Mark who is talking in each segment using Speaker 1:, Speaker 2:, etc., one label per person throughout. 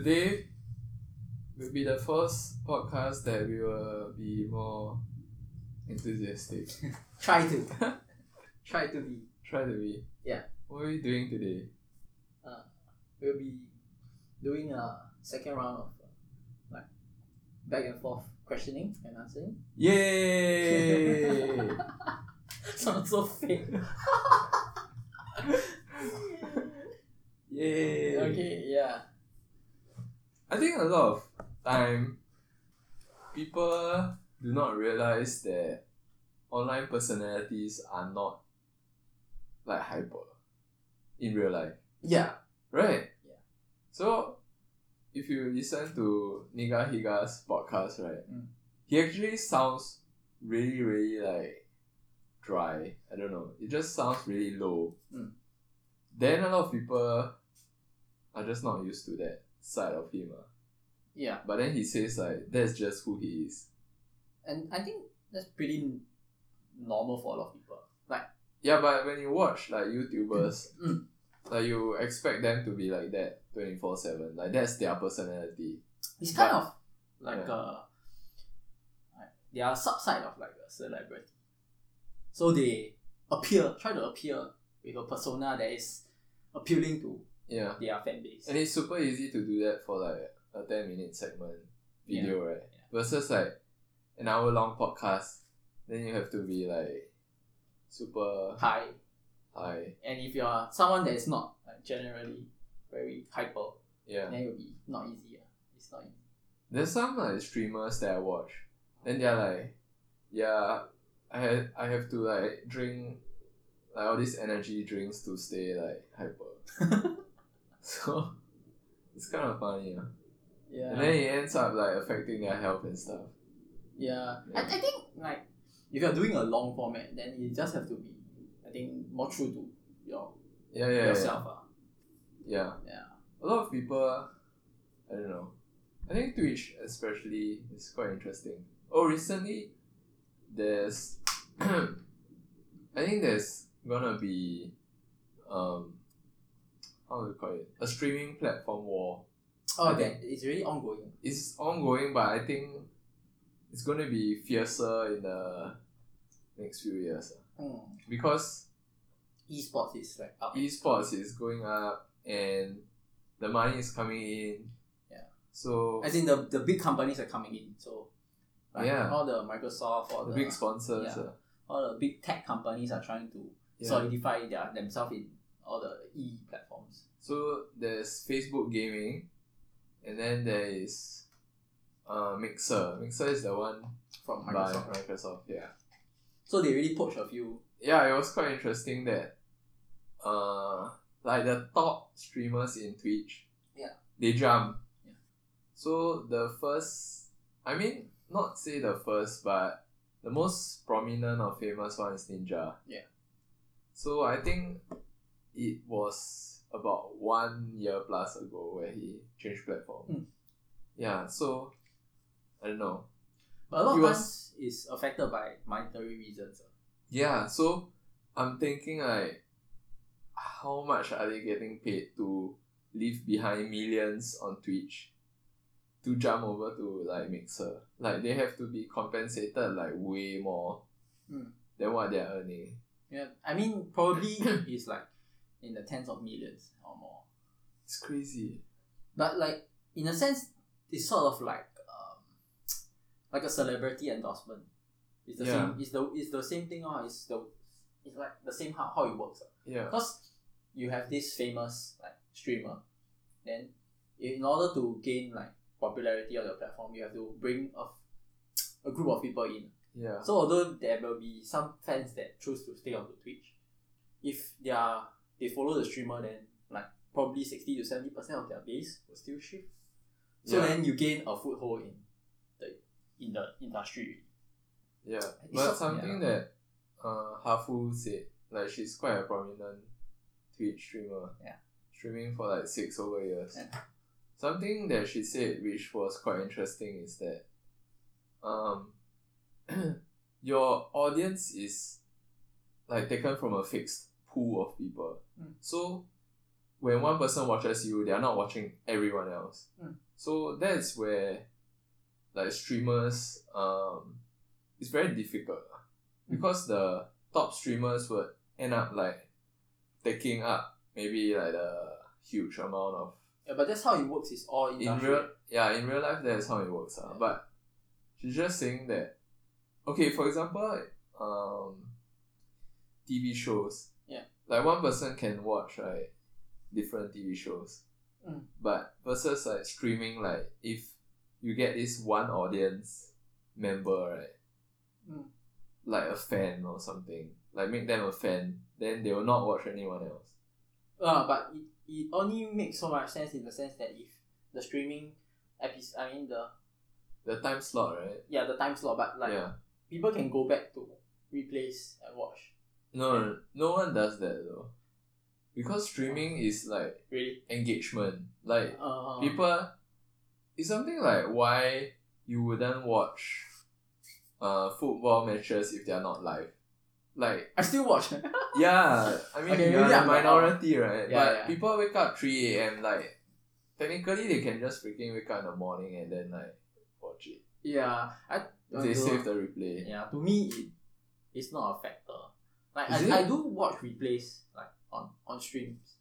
Speaker 1: today will be the first podcast that we will be more enthusiastic.
Speaker 2: Try to. Try to be.
Speaker 1: Try to be.
Speaker 2: Yeah.
Speaker 1: What are we doing today?
Speaker 2: Uh, we'll be doing a second round of uh, like back and forth questioning and answering.
Speaker 1: Yay!
Speaker 2: Sounds so fake.
Speaker 1: Yay!
Speaker 2: okay, yeah.
Speaker 1: I think a lot of time people do not realize that online personalities are not like hyper in real life.
Speaker 2: Yeah.
Speaker 1: Right?
Speaker 2: Yeah.
Speaker 1: So if you listen to Niga Higa's podcast, right,
Speaker 2: Mm.
Speaker 1: he actually sounds really, really like dry. I don't know. It just sounds really low.
Speaker 2: Mm.
Speaker 1: Then a lot of people are just not used to that side of him. ah.
Speaker 2: Yeah.
Speaker 1: But then he says like that's just who he is.
Speaker 2: And I think that's pretty n- normal for a lot of people. Like,
Speaker 1: Yeah, but when you watch like YouTubers,
Speaker 2: Mm.
Speaker 1: like you expect them to be like that twenty four seven. Like that's their personality.
Speaker 2: it's kind
Speaker 1: But-
Speaker 2: of like
Speaker 1: Yeah.
Speaker 2: a. Like, they are a subside of like a celebrity. So they appear, try to appear with a persona that is appealing to
Speaker 1: Yeah.
Speaker 2: their fan base.
Speaker 1: And it's super easy to do that for like a 10 minute segment video, right?
Speaker 2: Yeah.
Speaker 1: Versus like an hour long podcast, then you have to be like super
Speaker 2: high.
Speaker 1: high.
Speaker 2: And if you're someone that is not like generally very hyper,
Speaker 1: Yeah.
Speaker 2: then it'll be not easy. ah. It's not easy.
Speaker 1: There's some like streamers that I watch, then they're like, yeah, I had, I have to like drink like all these energy drinks to stay like hyper. so it's kind of funny, yeah.
Speaker 2: Yeah.
Speaker 1: And then it ends up like affecting their health and stuff.
Speaker 2: yeah. I, I think like if you're doing a long format, then you just have to be I think more true to your
Speaker 1: Yeah, yeah, yeah.
Speaker 2: yourself. ah.
Speaker 1: Yeah.
Speaker 2: Yeah.
Speaker 1: A lot of people, I don't know. I think Twitch especially is quite interesting. Oh, recently, there's, I think there's gonna be, um, how do you call it? A streaming platform war.
Speaker 2: Oh,
Speaker 1: I
Speaker 2: that it's really ongoing.
Speaker 1: It's ongoing, but I think it's gonna be fiercer in the next few years ah.
Speaker 2: Mm.
Speaker 1: because
Speaker 2: Esports is like up.
Speaker 1: esports is going up and the money is coming in.
Speaker 2: Yeah.
Speaker 1: So
Speaker 2: As in the, the big companies are coming in, so like,
Speaker 1: Yeah.
Speaker 2: all the Microsoft, all
Speaker 1: the
Speaker 2: the
Speaker 1: big sponsors.
Speaker 2: yeah.
Speaker 1: uh,
Speaker 2: all the big tech companies are trying to
Speaker 1: yeah.
Speaker 2: solidify their themselves in all the e platforms.
Speaker 1: So there's Facebook gaming and then there is uh Mixer. Mixer is the one
Speaker 2: from
Speaker 1: by Microsoft, yeah.
Speaker 2: So they really poach a few.
Speaker 1: Yeah, it was quite interesting that uh like the top streamers in Twitch
Speaker 2: Yeah.
Speaker 1: they jump.
Speaker 2: Yeah.
Speaker 1: So the first I mean not say the first but the most prominent or famous one is Ninja.
Speaker 2: Yeah.
Speaker 1: So I think it was about one year plus ago where he changed platform.
Speaker 2: Mm.
Speaker 1: Yeah, so I don't know.
Speaker 2: But a lot
Speaker 1: He
Speaker 2: of
Speaker 1: was-
Speaker 2: times it's affected by monetary reasons. ah.
Speaker 1: Yeah, so I'm thinking like how much are they getting paid to leave behind millions on Twitch to jump over to like Mixer? Like they have to be compensated like way more
Speaker 2: Mm.
Speaker 1: than what they're earning.
Speaker 2: Yeah, I mean probably it's like in the tens of millions or more.
Speaker 1: It's crazy.
Speaker 2: But like in a sense, it's sort of like um, like a celebrity endorsement. It's the
Speaker 1: Yeah.
Speaker 2: same. It's the it's the same thing. Or it's the it's like the same how, how it works. ah.
Speaker 1: Yeah.
Speaker 2: Because you have this famous like streamer, then in order to gain like popularity on your platform, you have to bring a, a group of people in.
Speaker 1: Yeah.
Speaker 2: So although there will be some fans that choose to stay on the Twitch, if they are they follow the streamer, then like probably sixty to seventy percent of their base will still shift. So
Speaker 1: Yeah.
Speaker 2: then you gain a foothold in the in the industry.
Speaker 1: Yeah.
Speaker 2: It's
Speaker 1: But
Speaker 2: so-
Speaker 1: something that uh Hafu said, like she's quite a prominent Twitch streamer.
Speaker 2: Yeah.
Speaker 1: Streaming for like six over years.
Speaker 2: Yeah.
Speaker 1: Something that she said which was quite interesting is that um your audience is like taken from a fixed pool of people.
Speaker 2: Mm.
Speaker 1: So when one person watches you, they are not watching everyone else.
Speaker 2: Mm.
Speaker 1: So that's where like streamers um it's very difficult lah. because the top streamers would end up like taking up maybe like a huge amount of
Speaker 2: Yeah, but that's how it works. It's all
Speaker 1: in
Speaker 2: industrial.
Speaker 1: real yeah in real life that's how it works uh,
Speaker 2: Yeah.
Speaker 1: but she's just saying that okay for example um tv shows
Speaker 2: Yeah.
Speaker 1: like one person can watch right different tv shows
Speaker 2: Mm.
Speaker 1: but versus like streaming like if you get this one audience member right
Speaker 2: Mm.
Speaker 1: like a fan or something like make them a fan then they will not watch anyone else
Speaker 2: Uh, but it, it only makes so much sense in the sense that if the streaming episode, I mean the
Speaker 1: the time slot right
Speaker 2: yeah the time slot, but like
Speaker 1: yeah
Speaker 2: people can go back to replace and watch.
Speaker 1: No, no, no one does that though. Because streaming is like
Speaker 2: Really?
Speaker 1: engagement. Like
Speaker 2: Uh,
Speaker 1: people it's something like why you wouldn't watch uh football matches if they're not live. Like
Speaker 2: I still watch.
Speaker 1: yeah, I mean
Speaker 2: Okay,
Speaker 1: you're
Speaker 2: maybe
Speaker 1: a
Speaker 2: I'm not-
Speaker 1: minority, right?
Speaker 2: Yeah,
Speaker 1: but
Speaker 2: yeah.
Speaker 1: people wake up three AM like technically they can just freaking wake up in the morning and then like watch it.
Speaker 2: yeah, I.
Speaker 1: If they
Speaker 2: I don't-
Speaker 1: save the replay.
Speaker 2: Yeah, to me, it, it's not a factor. Like
Speaker 1: Is it?
Speaker 2: I, I do watch replays like on on streams.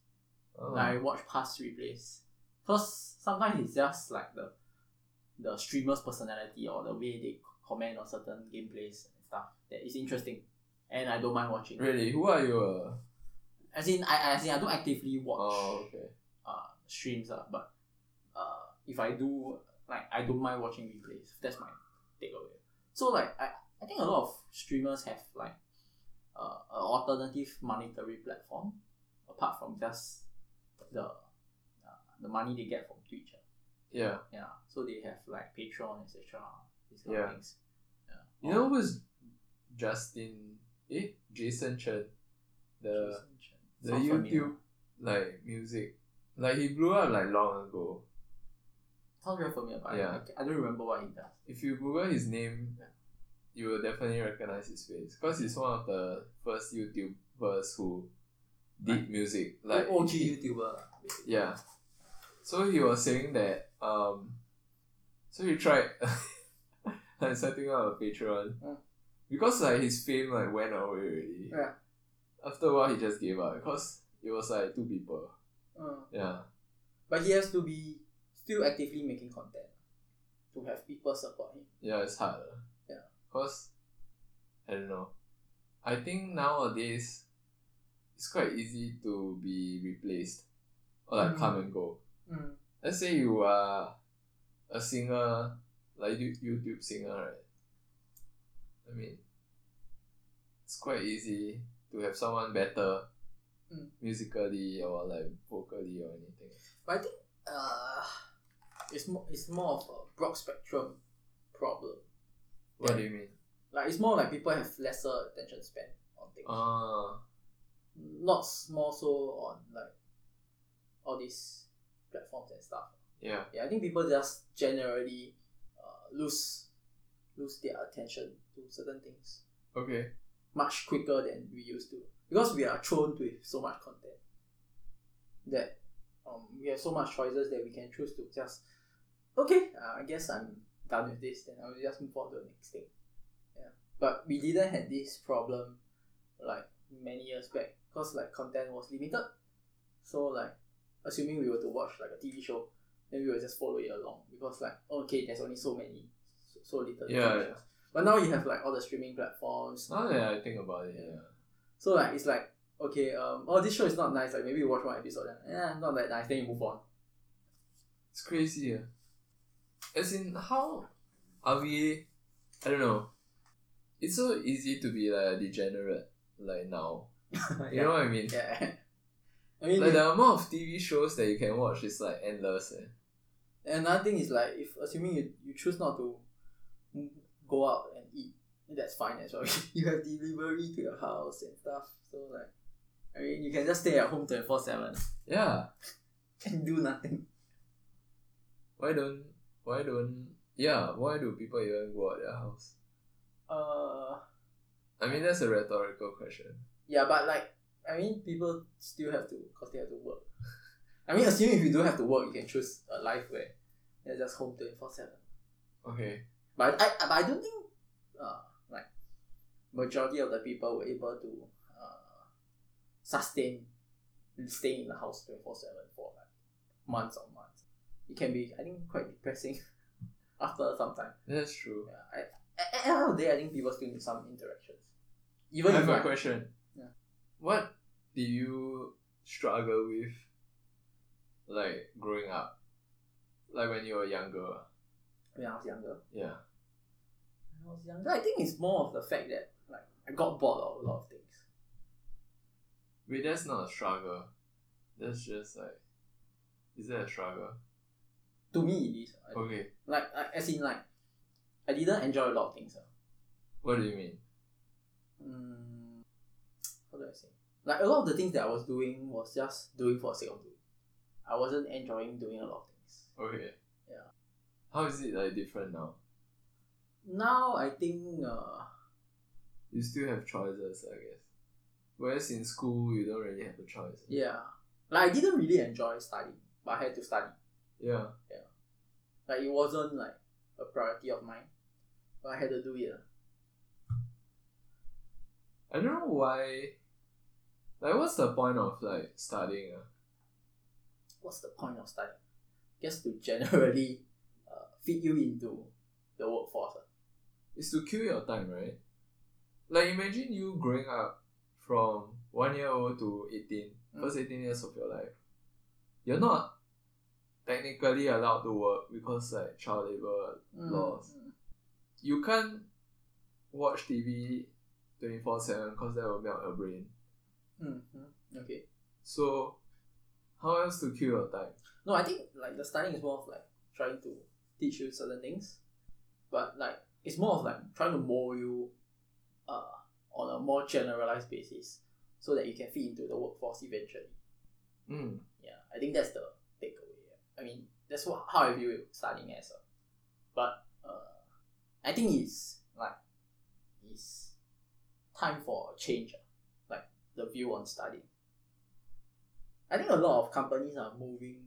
Speaker 1: Oh.
Speaker 2: Like I watch past replays. Cause sometimes it's just like the the streamer's personality or the way they c- comment on certain gameplays and stuff that is interesting. And I don't mind watching.
Speaker 1: Really? Who are you? Uh?
Speaker 2: As in I as in I don't actively watch
Speaker 1: Oh, okay.
Speaker 2: uh streams uh, but uh if I do like I don't mind watching replays. That's my takeaway. So like I, I think a lot of streamers have like uh, an alternative monetary platform apart from just the uh, the money they get from Twitch. uh.
Speaker 1: Yeah.
Speaker 2: Yeah. So they have like Patreon, etc. These kind
Speaker 1: Yeah.
Speaker 2: of things. Yeah.
Speaker 1: You know who's Justin? Eh, Jason Chen, the
Speaker 2: Jason Chen.
Speaker 1: the
Speaker 2: Sounds
Speaker 1: YouTube
Speaker 2: familiar.
Speaker 1: like music, like he blew up like long ago.
Speaker 2: Sounds very familiar, but
Speaker 1: Yeah.
Speaker 2: yeah. I, I don't remember what he does.
Speaker 1: If you Google his name, you will definitely recognize his face because he's one of the first YouTubers who did music. Like
Speaker 2: OG
Speaker 1: he-
Speaker 2: YouTuber. lah, basically.
Speaker 1: Yeah. So he was saying that um so he tried like setting up a Patreon.
Speaker 2: Mm.
Speaker 1: Because like his fame like went away already.
Speaker 2: Yeah.
Speaker 1: After a while he just gave up because it was like two people.
Speaker 2: Uh.
Speaker 1: Yeah.
Speaker 2: But he has to be still actively making content to have people support him.
Speaker 1: Yeah, it's hard. uh.
Speaker 2: Yeah.
Speaker 1: Because I don't know. I think nowadays it's quite easy to be replaced or like come
Speaker 2: Mm.
Speaker 1: and go.
Speaker 2: Mm.
Speaker 1: let's say you are a singer, like you- YouTube singer, right? I mean, it's quite easy to have someone better
Speaker 2: Mm.
Speaker 1: musically or like vocally or anything.
Speaker 2: But I think uh, it's more it's more of a broad spectrum problem.
Speaker 1: What
Speaker 2: Yeah.
Speaker 1: do you mean?
Speaker 2: Like it's more like people have lesser attention span on things,
Speaker 1: Ah,
Speaker 2: not s- more so on like all these platforms and stuff.
Speaker 1: yeah.
Speaker 2: Yeah, I think people just generally uh, lose lose their attention to certain things
Speaker 1: Okay.
Speaker 2: much quicker than we used to because we are thrown with so much content that um, we have so much choices that we can choose to just okay uh, i guess i'm done with this then i'll just move on to the next thing yeah but we didn't have this problem like many years back because like content was limited so like assuming we were to watch like a tv show then we will just follow it along because like okay there's only so many so, so little
Speaker 1: Yeah,
Speaker 2: TV
Speaker 1: yeah.
Speaker 2: shows. but now you have like all the streaming platforms
Speaker 1: Now that I think about it, yeah.
Speaker 2: so like it's like okay, um, oh this show is not nice. Like maybe you watch one episode, then eh, not that nice. Then you move on.
Speaker 1: It's crazy. Yeah. As in, how are we? I don't know. It's so easy to be like a degenerate, like now. You know what I mean?
Speaker 2: Yeah. I mean,
Speaker 1: Like the amount of TV shows that you can watch is like endless. Eh?
Speaker 2: another thing is like if assuming you, you choose not to m- go out and eat, that's fine as well. you have delivery to your house and stuff. So like, I mean, you can just stay at home twenty four seven
Speaker 1: Yeah.
Speaker 2: and do nothing.
Speaker 1: Why don't why don't yeah, why do people even go out their house?
Speaker 2: Uh,
Speaker 1: I mean that's a rhetorical question.
Speaker 2: yeah, but like I mean, people still have to cause they have to work. I mean, assuming if you don't have to work, you can choose a life where you're just home twenty four seven.
Speaker 1: Okay.
Speaker 2: But I, I, but I don't think uh, like majority of the people were able to uh, sustain staying in the house 24 7 for like months or months. It can be, I think, quite depressing after some time.
Speaker 1: That's true.
Speaker 2: Yeah, I, at- at the end of the day, I think people still need some interactions.
Speaker 1: I
Speaker 2: Even if
Speaker 1: have a
Speaker 2: like,
Speaker 1: question.
Speaker 2: Yeah.
Speaker 1: What do you struggle with, like growing up, like when you were younger?
Speaker 2: when I was younger,
Speaker 1: Yeah.
Speaker 2: when I was younger, I think it's more of the fact that like I got bored of a lot of things.
Speaker 1: Wait, that's not a struggle. That's just like, is that a struggle?
Speaker 2: To me, it is. I-
Speaker 1: Okay.
Speaker 2: Like, I, as in, like, I didn't enjoy a lot of things. ah.
Speaker 1: What do you mean?
Speaker 2: mm, how do I say? Like a lot of the things that I was doing was just doing for the sake of doing. I wasn't enjoying doing a lot of things.
Speaker 1: Okay.
Speaker 2: Yeah.
Speaker 1: How is it like different now?
Speaker 2: Now I think uh,
Speaker 1: You still have choices, I guess. Whereas in school, you don't really have a choice.
Speaker 2: yeah, like I didn't really enjoy studying, but I had to study.
Speaker 1: Yeah.
Speaker 2: Like it wasn't like a priority of mine, but I had to do it. ah.
Speaker 1: I don't know why. Like, what's the point of like studying? ah?
Speaker 2: What's the point of studying? Just to generally uh, fit you into the workforce. ah.
Speaker 1: It's to kill your time, right? Like, imagine you growing up from one year old to 18,
Speaker 2: Mm.
Speaker 1: first 18 years of your life. You're not technically allowed to work because, like, child labor
Speaker 2: Mm,
Speaker 1: laws.
Speaker 2: mm.
Speaker 1: You can't watch TV 24 7 because that will melt your brain.
Speaker 2: Mm, mm. Okay.
Speaker 1: So, how else to kill your time?
Speaker 2: No, I think like the studying is more of like trying to teach you certain things, but like it's more of like trying to mold you, uh, on a more generalized basis, so that you can fit into the workforce eventually.
Speaker 1: Mm.
Speaker 2: Yeah, I think that's the takeaway. I mean, that's what how I view studying as. Uh, but uh, I think it's like it's time for a change. ah, Like the view on studying. I think a lot of companies are moving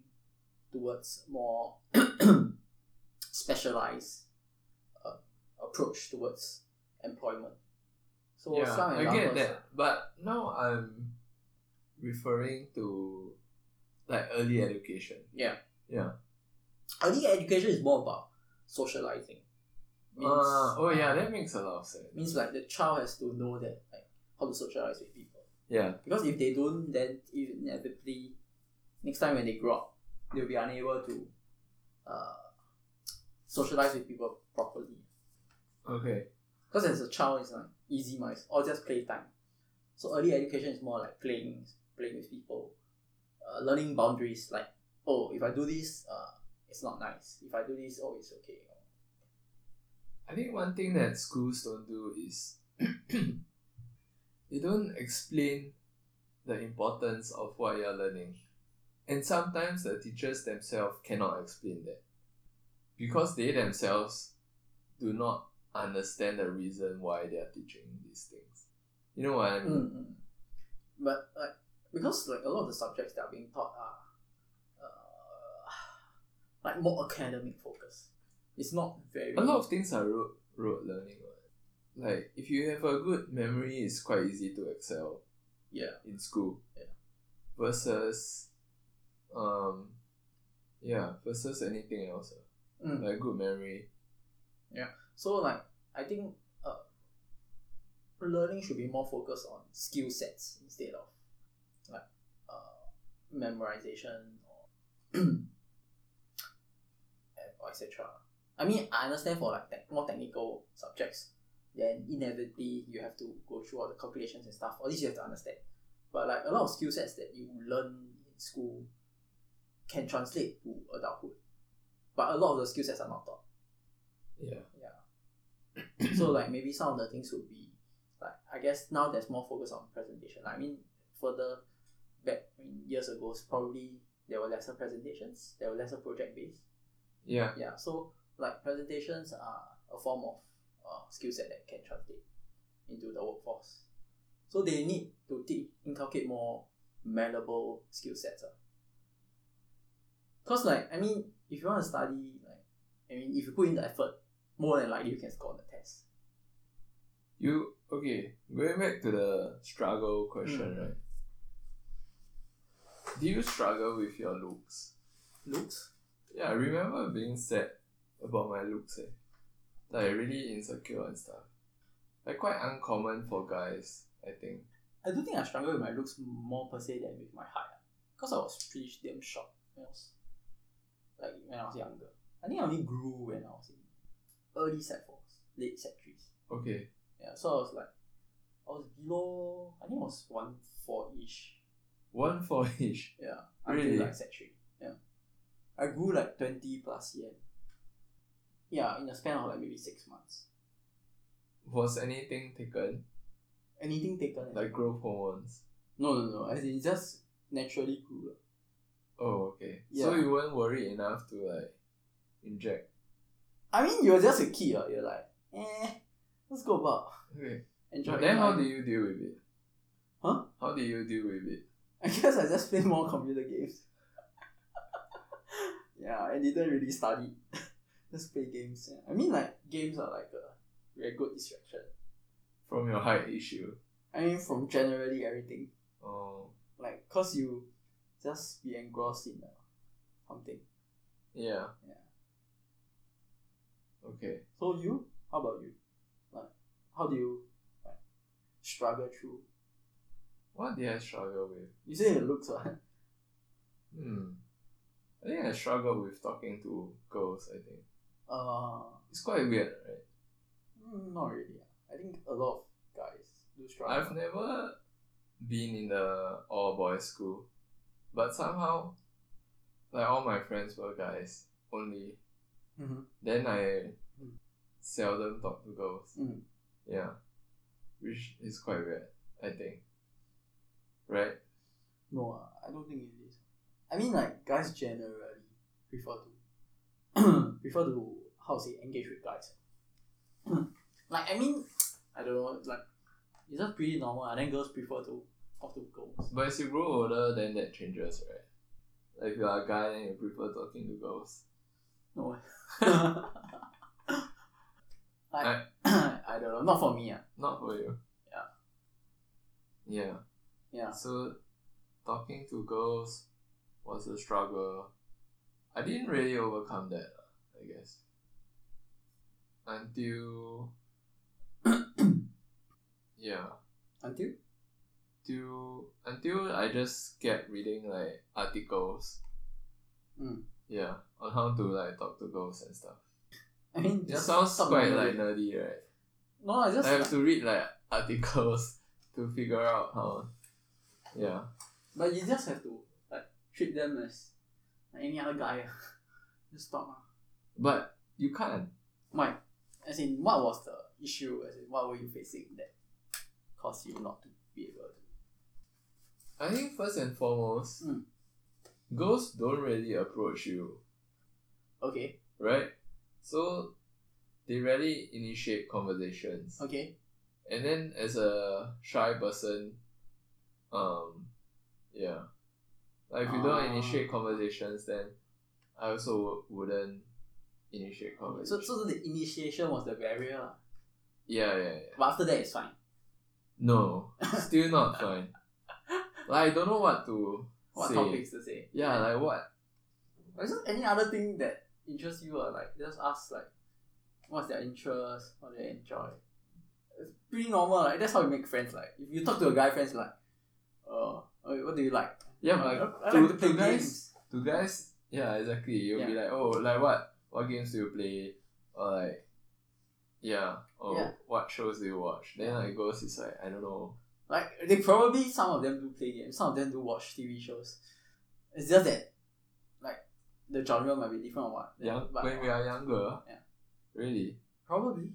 Speaker 2: towards more specialized uh, approach towards employment. So
Speaker 1: yeah,
Speaker 2: some
Speaker 1: I get
Speaker 2: examples-
Speaker 1: that. But now I'm referring to like early education.
Speaker 2: Yeah.
Speaker 1: Yeah.
Speaker 2: I think education is more about socializing. Means,
Speaker 1: Uh, oh yeah, that makes a lot of sense.
Speaker 2: means like the child has to know that like how to socialize with people.
Speaker 1: Yeah.
Speaker 2: Because if they don't, then inevitably, next time when they grow up, they'll be unable to uh, socialize with people properly.
Speaker 1: Okay.
Speaker 2: Because as a child, it's like easy mice or just play time. So early education is more like playing, playing with people, uh, learning boundaries. Like, oh, if I do this, uh, it's not nice. If I do this, oh, it's okay.
Speaker 1: I think one thing that schools don't do is they don't explain the importance of what you're learning. And sometimes the teachers themselves cannot explain that. Because they themselves do not understand the reason why they are teaching these things. You know what I mean?
Speaker 2: mm mm. But like because like a lot of the subjects that are being taught are uh, like more academic focus. It's not very
Speaker 1: A lot of things are rote, rote learning. what. Like, if you have a good memory, it's quite easy to excel.
Speaker 2: yeah.
Speaker 1: in school.
Speaker 2: Yeah.
Speaker 1: Versus, um, yeah, versus anything else. uh,
Speaker 2: Mm.
Speaker 1: Like good memory.
Speaker 2: So like I think uh, learning should be more focused on skill sets instead of like uh, memorization or etc. I mean I understand for like tech more technical subjects, then inevitably you have to go through all the calculations and stuff. Or this you have to understand. But like a lot of skill sets that you learn in school can translate to adulthood. But a lot of the skill sets are not taught
Speaker 1: Yeah.
Speaker 2: so like maybe some of the things would be like I guess now there's more focus on presentation. I mean further back I mean, years ago probably there were lesser presentations, there were lesser project based.
Speaker 1: Yeah.
Speaker 2: Yeah. So like presentations are a form of uh, skill set that can translate into the workforce. So they need to t- inculcate more malleable skill sets. ah. Cause like I mean, if you want to study, like I mean, if you put in the effort, more than likely you can score on the test.
Speaker 1: You okay? Going back to the struggle question,
Speaker 2: Mm.
Speaker 1: right? Do you struggle with your looks?
Speaker 2: Looks.
Speaker 1: Yeah, I remember being sad about my looks. Eh. Like really insecure and stuff. Like quite uncommon for guys, I think.
Speaker 2: I do think I struggle with my looks more per se than with my height. ah. Cause I was pretty damn short when I was, like when I was younger. I think I only grew when I was in early set fours, late set threes.
Speaker 1: Okay.
Speaker 2: Yeah, so I was like, I was below, I think I was one four ish.
Speaker 1: One for each.
Speaker 2: Yeah,
Speaker 1: Really?
Speaker 2: until like set three. Yeah, I grew like twenty plus yen. Yeah, in a span of like maybe six months.
Speaker 1: Was anything taken?
Speaker 2: Anything taken? eh?
Speaker 1: Like growth hormones.
Speaker 2: no, no, no. As in, it just naturally grew. lah.
Speaker 1: Oh, okay. So
Speaker 2: Yeah.
Speaker 1: you weren't worried enough to like inject.
Speaker 2: I mean, you were just a kid. ah. You're like, eh, let's go about
Speaker 1: Okay.
Speaker 2: enjoying.
Speaker 1: then how
Speaker 2: life.
Speaker 1: do you deal with it?
Speaker 2: Huh?
Speaker 1: How do you deal with it?
Speaker 2: I guess I just play more computer games. yeah, I didn't really study. just play games. yeah. I mean, like games are like a very good distraction.
Speaker 1: From your height issue.
Speaker 2: I mean, from generally everything,
Speaker 1: Oh.
Speaker 2: like cause you just be engrossed in uh, something.
Speaker 1: Yeah.
Speaker 2: Yeah.
Speaker 1: Okay.
Speaker 2: So you, how about you? Like, how do you like struggle through?
Speaker 1: What did I struggle with?
Speaker 2: You say it looks uh, like
Speaker 1: Hmm. I think I struggled with talking to girls, I think.
Speaker 2: uh,
Speaker 1: It's quite weird, right?
Speaker 2: mm, not really. I think a lot of guys do struggle.
Speaker 1: I've never been in the all boys school, but somehow, like all my friends were guys only.
Speaker 2: Mhm.
Speaker 1: Then I
Speaker 2: Mm.
Speaker 1: seldom talk to girls.
Speaker 2: Mm.
Speaker 1: Yeah, which is quite weird, I think. Right?
Speaker 2: No, ah, I don't think it is. I mean, like guys generally prefer to prefer to how to say engage with guys. like I mean, I don't know. Like it's just pretty normal. And then girls prefer to talk to girls.
Speaker 1: But as you grow older, then that changes, right? Like if you're a guy, then you prefer talking to girls.
Speaker 2: No. like I don't know. Not for me. Ah,
Speaker 1: Not for you.
Speaker 2: Yeah.
Speaker 1: Yeah.
Speaker 2: Yeah.
Speaker 1: So, talking to girls was a struggle. I didn't really overcome that, I guess. Until, yeah,
Speaker 2: Until
Speaker 1: till until I just kept reading like articles.
Speaker 2: Mm.
Speaker 1: Yeah, on how to like talk to girls and stuff.
Speaker 2: I mean,
Speaker 1: It
Speaker 2: just
Speaker 1: sounds
Speaker 2: talk
Speaker 1: quite
Speaker 2: normally.
Speaker 1: like nerdy, right?
Speaker 2: no. I just
Speaker 1: I have
Speaker 2: like-
Speaker 1: to read like articles to figure out how. Yeah.
Speaker 2: But you just have to like treat them as like any other guy. ah. just talk. ah.
Speaker 1: But you can't.
Speaker 2: Mike, as in, what was the issue? As in, what were you facing that caused you not to be able to?
Speaker 1: I think first and foremost,
Speaker 2: Mm.
Speaker 1: girls don't really approach you,
Speaker 2: Okay,
Speaker 1: right? So they rarely initiate conversations.
Speaker 2: okay,
Speaker 1: And then as a shy person, um, yeah. Like if you don't
Speaker 2: Ah.
Speaker 1: initiate conversations, then I also wouldn't initiate
Speaker 2: so
Speaker 1: conversations.
Speaker 2: so the initiation was the barrier, lah.
Speaker 1: yeah, yeah, yeah.
Speaker 2: but after that it's fine.
Speaker 1: No, still not fine. Like I don't know what to
Speaker 2: What
Speaker 1: say.
Speaker 2: topics to say?
Speaker 1: Yeah, like what?
Speaker 2: Or just any other thing that interests you, or like just ask like, what's their interest, what they enjoy. It's pretty normal. Like that's how you make friends. Like if you talk to a guy, friends like, uh, "Oh, what do you like?
Speaker 1: Yeah,
Speaker 2: "Oh,
Speaker 1: but
Speaker 2: I, I
Speaker 1: to-
Speaker 2: like to
Speaker 1: to
Speaker 2: play
Speaker 1: guys-
Speaker 2: games.
Speaker 1: to guys, yeah, exactly. You'll be like, oh, like what? What games do you play? Or like, yeah, or
Speaker 2: Yeah.
Speaker 1: what shows do you watch? Then
Speaker 2: Yeah.
Speaker 1: like girls, it's like I don't know.
Speaker 2: Like they probably some of them do play games, some of them do watch TV shows. It's just that, like, the genre might be different or what.
Speaker 1: Yeah,
Speaker 2: but
Speaker 1: when we are younger,
Speaker 2: Yeah.
Speaker 1: really,
Speaker 2: probably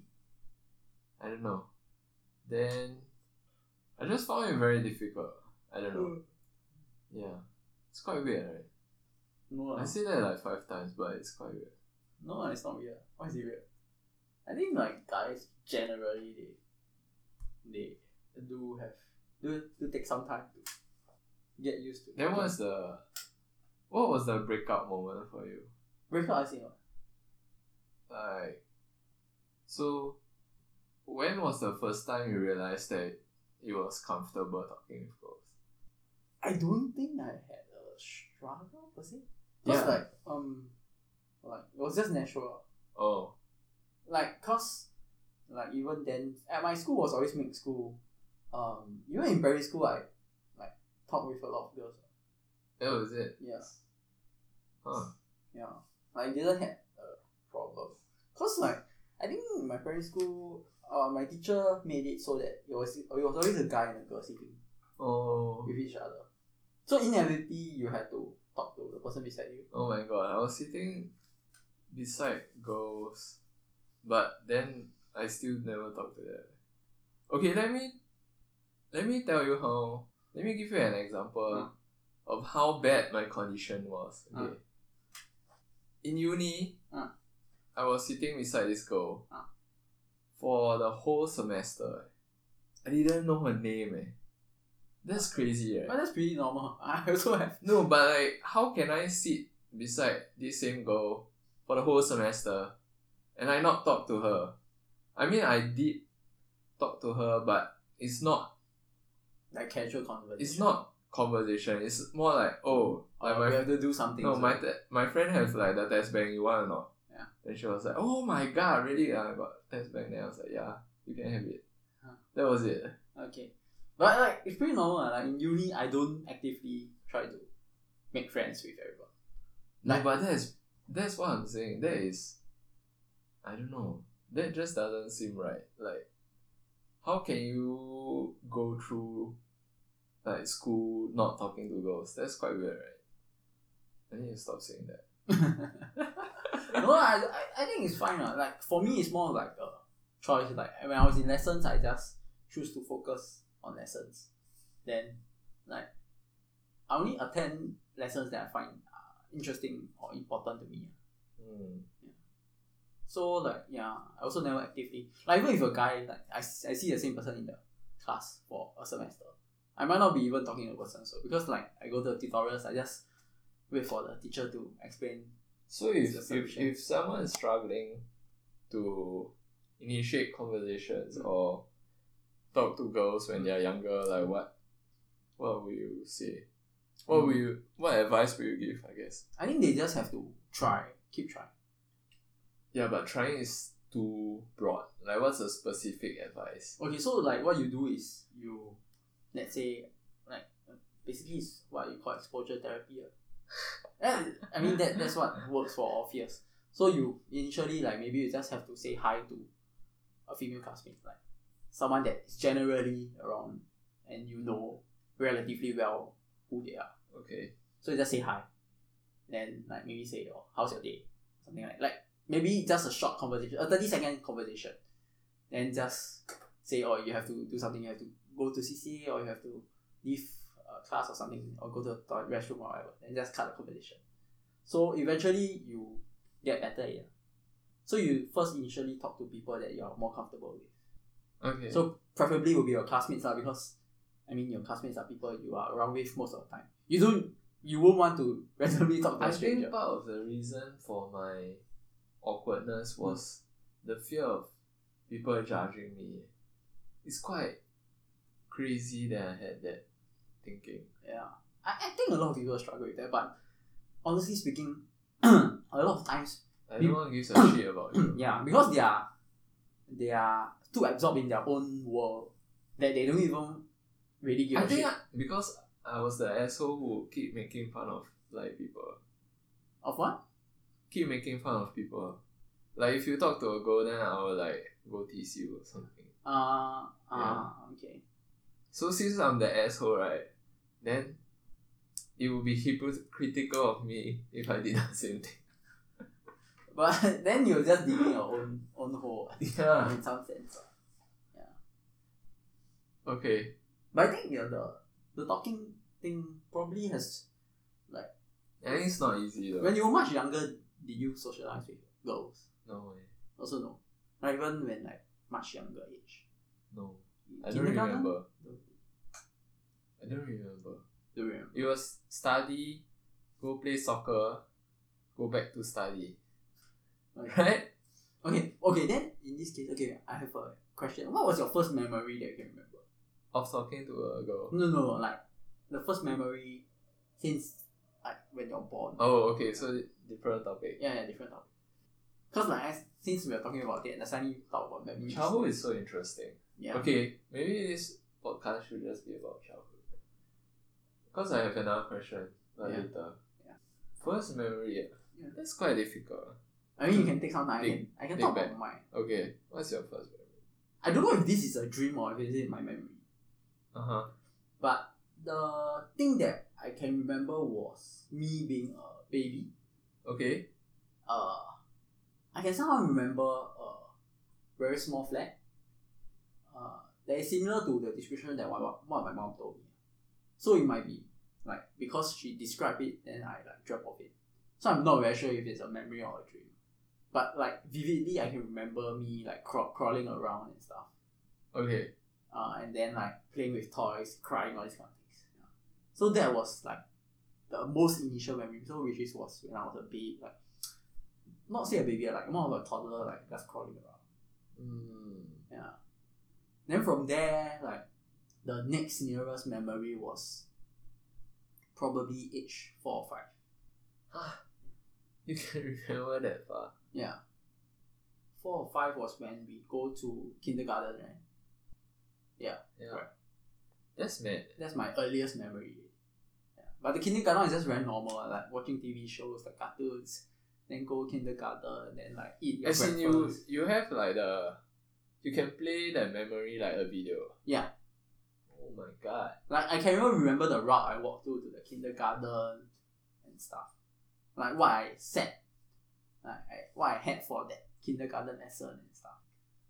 Speaker 1: I don't know. Then I just found it very difficult. I don't
Speaker 2: Mm.
Speaker 1: know. Yeah, it's quite weird, right?
Speaker 2: no,
Speaker 1: I
Speaker 2: I
Speaker 1: say that like five times, but it's quite weird.
Speaker 2: no, it's not weird. Why is it weird? I think like guys generally they they do have do do take some time to get used to.
Speaker 1: Then what's the What was the breakout moment for you?
Speaker 2: Breakout, I see. what?
Speaker 1: Like, so when was the first time you realized that it was comfortable talking with girls?
Speaker 2: I don't think I had a struggle per se. Just
Speaker 1: Yeah.
Speaker 2: like um, like it was just natural.
Speaker 1: Oh,
Speaker 2: like cause like even then at my school was always mixed school. Um even in primary school I like talked with a lot of girls.
Speaker 1: that was it.
Speaker 2: Yeah.
Speaker 1: Huh.
Speaker 2: Yeah. I didn't have a problem. Cause like I think in my primary school uh, my teacher made it so that it was it was always a guy and a girl sitting
Speaker 1: Oh.
Speaker 2: with each other. So inevitably you had to talk to the person beside you.
Speaker 1: Oh my god, I was sitting beside girls, but then I still never talked to them. Okay, let me let me tell you how. Let me give you an example of how bad my condition was. Okay, in uni,
Speaker 2: Ah.
Speaker 1: I was sitting beside this girl
Speaker 2: Ah.
Speaker 1: for the whole semester. I didn't know her name. Eh. That's crazy, eh? right?
Speaker 2: But that's pretty normal. I also have
Speaker 1: No, but like, how can I sit beside this same girl for the whole semester and I not talk to her? I mean, I did talk to her, but it's not
Speaker 2: like casual conversation.
Speaker 1: it's not conversation. It's more like oh, like
Speaker 2: we
Speaker 1: my
Speaker 2: have to do something.
Speaker 1: no, my te- my friend has like the test bank. You want or not?
Speaker 2: Yeah.
Speaker 1: Then she was like, oh my god, really? I got test bank. Then I was like, yeah, you can have it.
Speaker 2: Huh.
Speaker 1: That was it.
Speaker 2: Okay. But like it's pretty normal. ah. Like in uni, I don't actively try to make friends with everyone.
Speaker 1: No,
Speaker 2: Like-
Speaker 1: but that's that's what I'm saying. That is, I don't know. That just doesn't seem right. Like, how can you go through like school not talking to girls? That's quite weird, right? I need to stop saying that.
Speaker 2: no, I, I I think it's fine. ah. Like for me, it's more like a choice. Like when I was in lessons, I just choose to focus on lessons. Then, like, I only attend lessons that I find uh, interesting or important to me. ah.
Speaker 1: Hmm.
Speaker 2: So like yeah, I also never actively like even if a guy like I, s- I see the same person in the class for a semester, I might not be even talking to the person so because like I go to the tutorials, I just wait for the teacher to explain.
Speaker 1: So if,
Speaker 2: It's just
Speaker 1: if,
Speaker 2: assumption.
Speaker 1: if someone is struggling to initiate conversations
Speaker 2: Mm.
Speaker 1: or talk to girls when they're younger, like what what will you say? What will you what advice will you give, I guess?
Speaker 2: I think they just have to try, keep trying.
Speaker 1: Yeah, but trying is too broad. Like what's a specific advice?
Speaker 2: Okay, so like what you do is you, let's say like basically it's what you call exposure therapy. ah. and, I mean that that's what works for all fears. So you initially like maybe you just have to say hi to a female classmate, like someone that is generally around and you know relatively well who they are.
Speaker 1: Okay.
Speaker 2: So you just say hi, then like maybe say oh how's your day, something like like maybe just a short conversation, a thirty second conversation, then just say oh you have to do something, you have to go to CCA or you have to leave uh, class or something or go to the toilet- restroom or whatever, then just cut the conversation. So eventually you get better at it. So you first initially talk to people that you're more comfortable with.
Speaker 1: Okay.
Speaker 2: So preferably will be your classmates lah because I mean your classmates are people you are around with most of the time. You don't you won't want to randomly talk to
Speaker 1: I
Speaker 2: a stranger.
Speaker 1: think part of the reason for my awkwardness was the fear of people judging me. It's quite crazy that I had that thinking.
Speaker 2: Yeah. I, I think a lot of people struggle with that, but honestly speaking, a lot of times
Speaker 1: I
Speaker 2: You-
Speaker 1: don't want to give a shit about you.
Speaker 2: yeah, because they are they are too absorbed in their own world that they don't even really give
Speaker 1: I
Speaker 2: a
Speaker 1: think
Speaker 2: shit.
Speaker 1: I, because I was the asshole who keep making fun of like people.
Speaker 2: Of what?
Speaker 1: Keep making fun of people. Like if you talk to a girl then I will like go tease you or something.
Speaker 2: Uh, uh
Speaker 1: Yeah.
Speaker 2: okay.
Speaker 1: So since I'm the asshole, right, then it would be hypocritical of me if I did the same thing.
Speaker 2: But then you're just digging your own own hole
Speaker 1: Yeah.
Speaker 2: in some sense.
Speaker 1: Okay.
Speaker 2: But I think yeah, the the talking thing probably has
Speaker 1: And it's not easy though.
Speaker 2: when you were much younger did you socialize with girls?
Speaker 1: no way.
Speaker 2: Also no. Not even when like much younger age.
Speaker 1: No. I don't
Speaker 2: Kindergarten?
Speaker 1: remember.
Speaker 2: Don't-
Speaker 1: I don't remember.
Speaker 2: Don't remember.
Speaker 1: It was study, go play soccer, go back to study.
Speaker 2: Okay.
Speaker 1: Right?
Speaker 2: okay, okay, then in this case, okay, I have a question. What was your first memory that you can remember?
Speaker 1: Of talking to a girl.
Speaker 2: No, no, like the first memory since like when you're born.
Speaker 1: Oh, okay, so different topic.
Speaker 2: Yeah, yeah, different topic. Cause like I, since we are talking about that, I suddenly thought about memories.
Speaker 1: Childhood is so interesting.
Speaker 2: Yeah.
Speaker 1: Okay, maybe this podcast should just be about childhood. Because I have another question but
Speaker 2: Yeah.
Speaker 1: later.
Speaker 2: Yeah.
Speaker 1: First memory, yeah.
Speaker 2: Yeah.
Speaker 1: That's quite difficult.
Speaker 2: I mean, you can take some time. I
Speaker 1: Think-
Speaker 2: can, I can
Speaker 1: think
Speaker 2: talk
Speaker 1: back.
Speaker 2: about mine.
Speaker 1: Okay, what's your first memory?
Speaker 2: I don't know if this is a dream or if it's in my memory.
Speaker 1: Uh huh.
Speaker 2: But the thing that I can remember was me being a baby.
Speaker 1: Okay.
Speaker 2: Uh, I can somehow remember a very small flat. Uh, that is similar to the description that what, what- what my mom told me. So it might be like because she described it, then I like dreamt of it. So I'm not very sure if it's a memory or a dream. But like vividly, I can remember me like craw- crawling around and stuff.
Speaker 1: Okay.
Speaker 2: uh, and then like playing with toys, crying, all these kind of things. Yeah. So that was like the most initial memory. So which is was when I was a baby, like not say a baby, like more of a toddler, like just crawling around.
Speaker 1: Mm.
Speaker 2: Yeah. Then from there, like the next nearest memory was probably age four or five.
Speaker 1: Ah, You can remember that far.
Speaker 2: Yeah. Four or five was when we go to kindergarten, right?
Speaker 1: Yeah.
Speaker 2: Right.
Speaker 1: That's mad.
Speaker 2: That's my earliest memory. Yeah. But the kindergarten is just very normal, ah, like watching TV shows, like cartoons, then go kindergarten, then like eat your
Speaker 1: As in
Speaker 2: breakfast.
Speaker 1: you you have like the you can play that memory like a video.
Speaker 2: Yeah.
Speaker 1: Oh my god.
Speaker 2: Like I can even remember the route I walked to to the kindergarten and stuff. Like what I said, like I, what I had for that kindergarten lesson and stuff.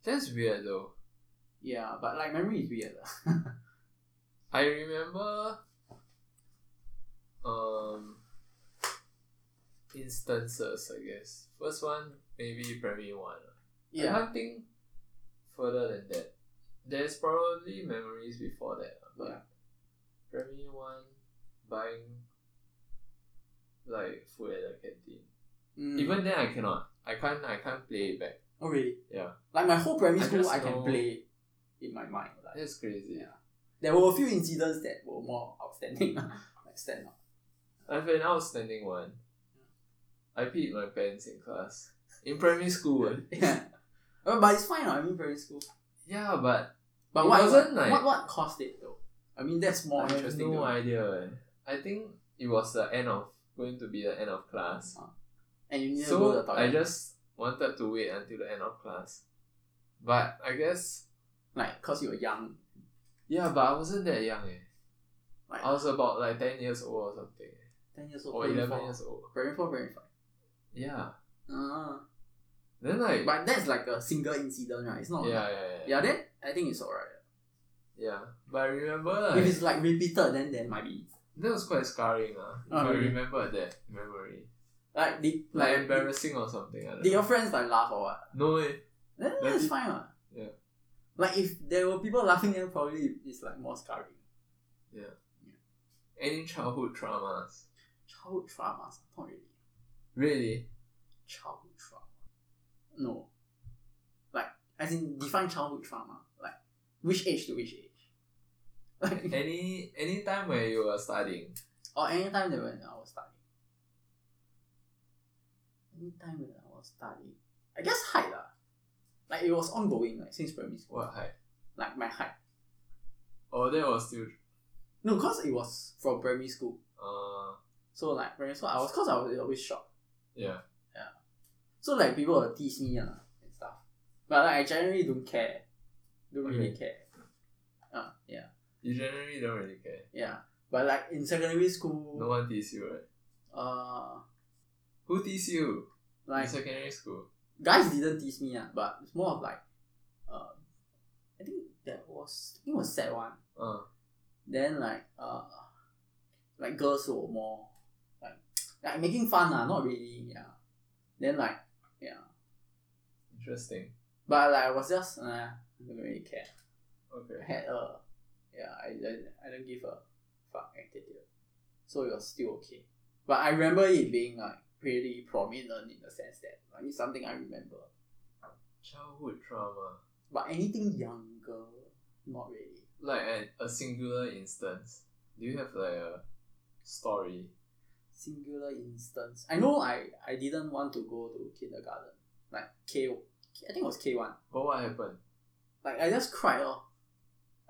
Speaker 1: That's weird though.
Speaker 2: Yeah, but like memory is weird. ah.
Speaker 1: I remember um instances I guess. First one maybe primary one. I
Speaker 2: yeah,
Speaker 1: can't think further than that. There's probably memories before that, but
Speaker 2: Yeah.
Speaker 1: primary one buying like food at the canteen.
Speaker 2: Mm.
Speaker 1: Even then I cannot. I can't I can't play it back.
Speaker 2: oh really?
Speaker 1: Yeah.
Speaker 2: Like my whole primary
Speaker 1: I
Speaker 2: school,
Speaker 1: just
Speaker 2: I can
Speaker 1: know-
Speaker 2: play in my mind. Like,
Speaker 1: That's crazy.
Speaker 2: Yeah. there were a few incidents that were more outstanding, like stand out.
Speaker 1: I have an outstanding one. I peed my pants in class. In primary school. eh?
Speaker 2: Yeah, Uh, but it's fine. ah, I mean, primary school.
Speaker 1: Yeah, but
Speaker 2: But
Speaker 1: It
Speaker 2: what,
Speaker 1: wasn't
Speaker 2: what,
Speaker 1: like-
Speaker 2: what what caused it though? I mean, that's more
Speaker 1: I have
Speaker 2: interesting.
Speaker 1: no
Speaker 2: though.
Speaker 1: idea. eh. I think it was the end of going to be the end of class.
Speaker 2: Uh, And Oh, you need to go to the
Speaker 1: So
Speaker 2: toilet.
Speaker 1: I just wanted to wait until the end of class. But I guess
Speaker 2: like cause you were young.
Speaker 1: yeah, but I wasn't that young eh.
Speaker 2: Like
Speaker 1: I was about like ten years old or something. eh.
Speaker 2: ten years old.
Speaker 1: Or
Speaker 2: primary
Speaker 1: eleven
Speaker 2: four.
Speaker 1: years old.
Speaker 2: Primary four, primary five.
Speaker 1: Yeah.
Speaker 2: Ah,
Speaker 1: Then like
Speaker 2: but that's like a single incident, right? It's not.
Speaker 1: yeah, yeah,
Speaker 2: Like,
Speaker 1: yeah,
Speaker 2: yeah. Then I think it's alright.
Speaker 1: Yeah. But I remember like,
Speaker 2: If it's like repeated, then then might be
Speaker 1: That was quite scarring, uh, if
Speaker 2: Oh,
Speaker 1: I
Speaker 2: really?
Speaker 1: remember that memory.
Speaker 2: like the
Speaker 1: Like
Speaker 2: like
Speaker 1: embarrassing or something. I don't
Speaker 2: Did your
Speaker 1: know.
Speaker 2: friends like laugh or what?
Speaker 1: No eh. way.
Speaker 2: Then
Speaker 1: Like,
Speaker 2: that's
Speaker 1: it-
Speaker 2: fine. What?
Speaker 1: yeah.
Speaker 2: Like if there were people laughing, then probably it's like more scary.
Speaker 1: Any childhood traumas.
Speaker 2: Childhood traumas, not really.
Speaker 1: Really?
Speaker 2: childhood trauma. No. Like, as in define childhood trauma. Like, which age to which age?
Speaker 1: Eh.
Speaker 2: Like,
Speaker 1: Any any time where you were studying.
Speaker 2: or any time that when I was studying. Any time when I was studying. I guess height lah. Like, it was ongoing, like, since primary school.
Speaker 1: What height?
Speaker 2: Like, my height.
Speaker 1: Oh that was still
Speaker 2: No, because it was from primary school.
Speaker 1: uh
Speaker 2: So, like, primary school, I was, because I was always short.
Speaker 1: yeah.
Speaker 2: So, like, people will tease me lah and stuff. But, like, I generally don't care. Don't really
Speaker 1: Okay.
Speaker 2: care. Uh, yeah.
Speaker 1: You generally don't really care.
Speaker 2: Yeah. But like in secondary school,
Speaker 1: No one tease you, right?
Speaker 2: uh,
Speaker 1: Who tease you?
Speaker 2: like
Speaker 1: In secondary school.
Speaker 2: guys didn't tease me, ah, but it's more of like, uh, I think that was I think it was set one.
Speaker 1: Uh
Speaker 2: Then like uh, like girls were more like like making fun ah, not really yeah. Then like yeah,
Speaker 1: interesting.
Speaker 2: but like I was just uh, I don't really care. I
Speaker 1: Okay.
Speaker 2: had a yeah, I I, I don't give a fuck attitude, so it was still okay. But I remember it being like pretty prominent in the sense that like it's something I remember.
Speaker 1: Childhood trauma.
Speaker 2: But anything younger, not really.
Speaker 1: Like at a singular instance. Do you have like a story?
Speaker 2: Singular instance. I know I, I didn't want to go to kindergarten. Like K I think it was K one.
Speaker 1: But what happened?
Speaker 2: Like I just cried oh.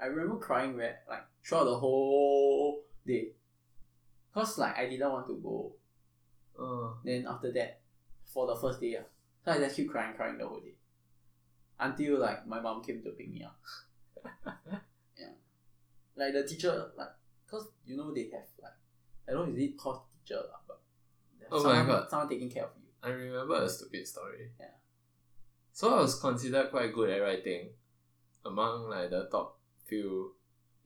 Speaker 2: I remember crying where like throughout the whole day. Cause like I didn't want to go
Speaker 1: Uh,
Speaker 2: Then after that, for the first day, ah, so I just keep crying, crying the whole day. Until like my mom came to pick me up. yeah. Like the teacher, like, cause you know they have like, I don't know is it called teacher lah, but there's
Speaker 1: Oh my
Speaker 2: someone,
Speaker 1: God.
Speaker 2: someone taking care of you.
Speaker 1: I remember a stupid story.
Speaker 2: Yeah.
Speaker 1: So I was considered quite good at writing among like the top few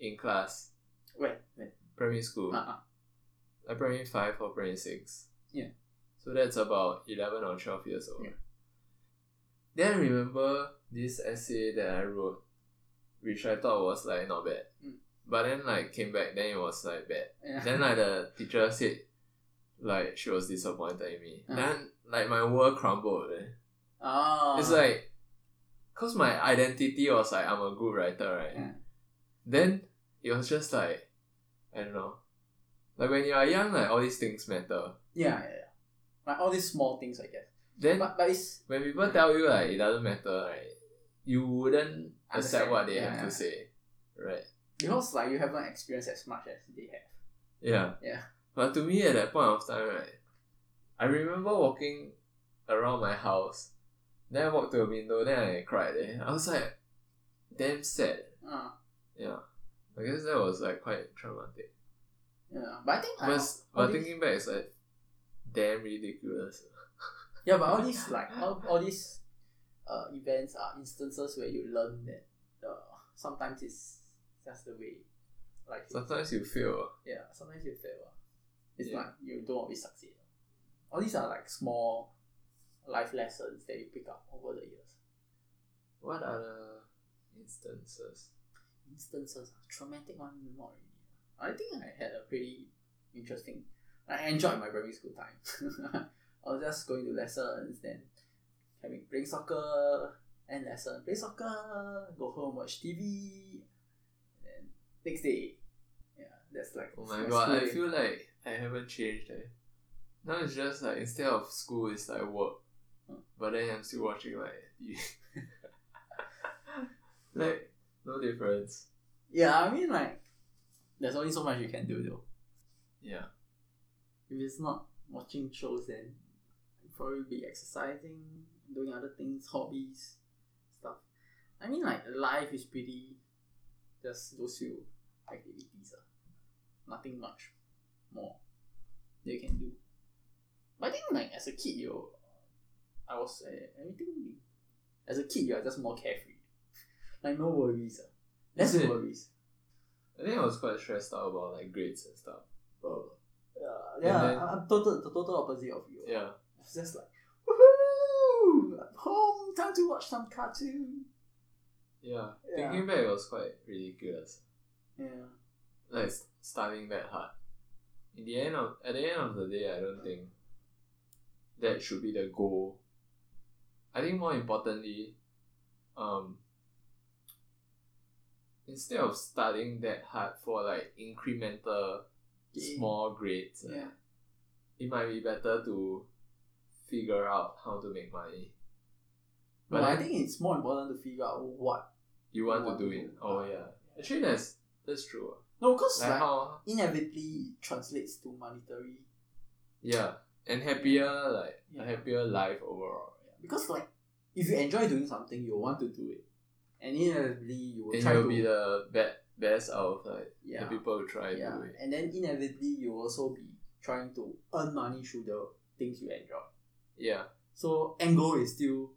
Speaker 1: in class,
Speaker 2: Wait, wait.
Speaker 1: primary school.
Speaker 2: Uh-uh.
Speaker 1: like primary five or primary six.
Speaker 2: Yeah.
Speaker 1: So that's about eleven or twelve years old.
Speaker 2: Yeah.
Speaker 1: Then I remember this essay that I wrote, which I thought was like not bad.
Speaker 2: Mm.
Speaker 1: But then like came back, then it was like bad.
Speaker 2: Yeah.
Speaker 1: then like the teacher said like she was disappointed in me.
Speaker 2: Ah.
Speaker 1: Then like my world crumbled. eh.
Speaker 2: Ah.
Speaker 1: It's like cause my identity was like I'm a good writer, right?
Speaker 2: Yeah.
Speaker 1: Then it was just like I don't know. Like when you are young, like all these things matter.
Speaker 2: Yeah, yeah, yeah. Like all these small things, I guess.
Speaker 1: Then
Speaker 2: But, but it's
Speaker 1: when people tell you like it doesn't matter, right? You wouldn't accept
Speaker 2: Understand.
Speaker 1: what they
Speaker 2: Yeah,
Speaker 1: have
Speaker 2: yeah.
Speaker 1: to say, right?
Speaker 2: because like you haven't experienced as much as they have.
Speaker 1: Yeah.
Speaker 2: Yeah.
Speaker 1: But to me, at that point of time, right, I remember walking around my house. Then I walked to a window. Then I cried. Eh? I was like, damn sad.
Speaker 2: Uh,
Speaker 1: Yeah. I guess that was like quite traumatic.
Speaker 2: yeah. But I think like,
Speaker 1: But,
Speaker 2: all
Speaker 1: but
Speaker 2: these-
Speaker 1: thinking back, it's like damn ridiculous.
Speaker 2: Yeah, but all these like all, all these uh, events are instances where you learn that uh, sometimes it's just the way like
Speaker 1: Sometimes you feel
Speaker 2: yeah sometimes you fail. ah. It's
Speaker 1: Yeah.
Speaker 2: like you don't always succeed. All these are like small life lessons that you pick up over the years.
Speaker 1: what other instances?
Speaker 2: Instances ah, traumatic one not really. I think I had a pretty interesting. I enjoyed my primary school time. I was just going to lessons then having playing soccer and lesson, play soccer, go home, watch TV, and next day. Yeah, that's like.
Speaker 1: Oh my
Speaker 2: my
Speaker 1: god, I
Speaker 2: schooling.
Speaker 1: feel like I haven't changed. Eh. Now it's just like instead of school, it's like work.
Speaker 2: Hmm.
Speaker 1: But then I'm still watching like TV. like no difference.
Speaker 2: Yeah, I mean like, there's only so much you can do though.
Speaker 1: Yeah.
Speaker 2: If it's not watching shows, then I'd probably be exercising, doing other things, hobbies, stuff. I mean like life is pretty, just those few activities. ah. Nothing much more that you can do. But I think like as a kid you, I was uh, I think as a kid you are just more carefree, like no worries. ah. Less
Speaker 1: Is it?
Speaker 2: worries.
Speaker 1: I think I was quite stressed out about like grades and stuff.
Speaker 2: Oh.
Speaker 1: And
Speaker 2: yeah,
Speaker 1: then-
Speaker 2: I'm total the total opposite of you.
Speaker 1: Yeah.
Speaker 2: It's just like, woohoo! I'm home, time to watch some cartoon.
Speaker 1: Yeah.
Speaker 2: Yeah.
Speaker 1: Thinking back it was quite ridiculous.
Speaker 2: Yeah.
Speaker 1: Like s- studying that hard. In the end of at the end of the day I don't think that should be the goal. I think more importantly, um instead of studying that hard for like incremental
Speaker 2: Yeah.
Speaker 1: small grades, uh,
Speaker 2: Yeah.
Speaker 1: it might be better to figure out how to make money.
Speaker 2: But I
Speaker 1: then
Speaker 2: think it's more important to figure out what.
Speaker 1: you want
Speaker 2: you
Speaker 1: to do it. Oh yeah. Actually that's that's true.
Speaker 2: No, because
Speaker 1: Like
Speaker 2: like,
Speaker 1: how
Speaker 2: inevitably it translates to monetary.
Speaker 1: Yeah, and happier like
Speaker 2: Yeah.
Speaker 1: a happier life overall.
Speaker 2: Because like, if you enjoy doing something, you'll want to do it, and inevitably you will
Speaker 1: And
Speaker 2: try
Speaker 1: you'll
Speaker 2: to.
Speaker 1: be the be- best out of like
Speaker 2: yeah.
Speaker 1: the people who try to
Speaker 2: yeah.
Speaker 1: do it.
Speaker 2: And then inevitably you will also be trying to earn money through the things you enjoy.
Speaker 1: Yeah,
Speaker 2: So end goal is still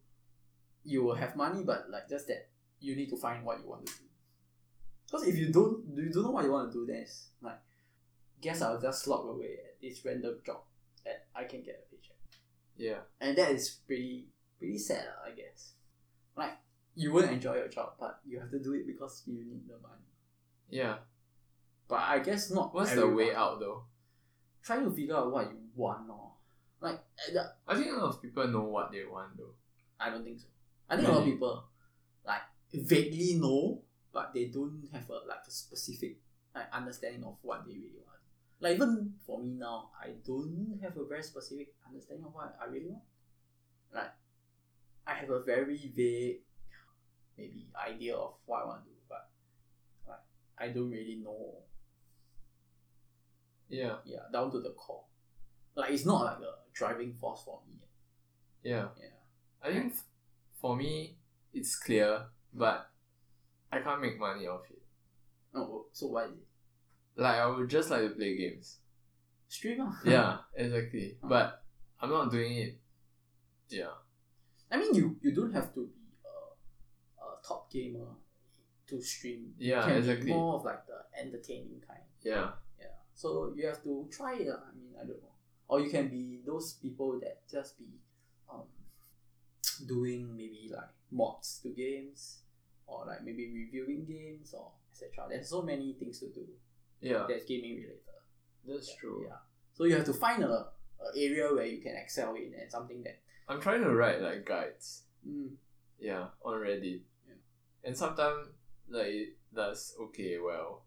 Speaker 2: you will have money, but like just that you need to find what you want to do. Because if you don't you don't know what you want to do, then it's like guess I'll just slog away at this random job and I can get a paycheck.
Speaker 1: yeah,
Speaker 2: And that is pretty pretty sad, lah, I guess. Like you won't enjoy your job, but you have to do it because you need the money.
Speaker 1: yeah.
Speaker 2: But I guess not.
Speaker 1: What's the
Speaker 2: everyone-
Speaker 1: way out though?
Speaker 2: trying to figure out what you want or like at the-
Speaker 1: I think a lot of people know what they want though.
Speaker 2: I don't think so. I think a lot of
Speaker 1: Really?
Speaker 2: people like vaguely know, but they don't have a like a specific like, understanding of what they really want. Like even for me now, I don't have a very specific understanding of what I really want. Like I have a very vague maybe idea of what I want to do, but like I don't really know
Speaker 1: Yeah,
Speaker 2: yeah, down to the core. Like it's not like a driving force for me.
Speaker 1: yeah.
Speaker 2: Yeah.
Speaker 1: I think f- for me, it's clear, but I can't make money off it.
Speaker 2: Oh, so what is it?
Speaker 1: Like, I would just like to play games.
Speaker 2: Stream ah.
Speaker 1: yeah, exactly.
Speaker 2: Uh.
Speaker 1: But I'm not doing it. Yeah.
Speaker 2: I mean, you you don't have to be a, a top gamer to stream.
Speaker 1: Yeah,
Speaker 2: Can be
Speaker 1: exactly.
Speaker 2: more of like the entertaining kind.
Speaker 1: Yeah.
Speaker 2: Yeah. So you have to try it. ah. I mean, I don't know. Or you can be those people that just be, um, doing maybe like mods to games, or like maybe reviewing games or etc. There's so many things to do
Speaker 1: Yeah.
Speaker 2: that's gaming related.
Speaker 1: That's true.
Speaker 2: Yeah. So you have to find a, a area where you can excel in and something that.
Speaker 1: I'm trying to write like guides.
Speaker 2: Mm,
Speaker 1: Yeah, on Reddit.
Speaker 2: Yeah.
Speaker 1: And sometimes like it does okay well.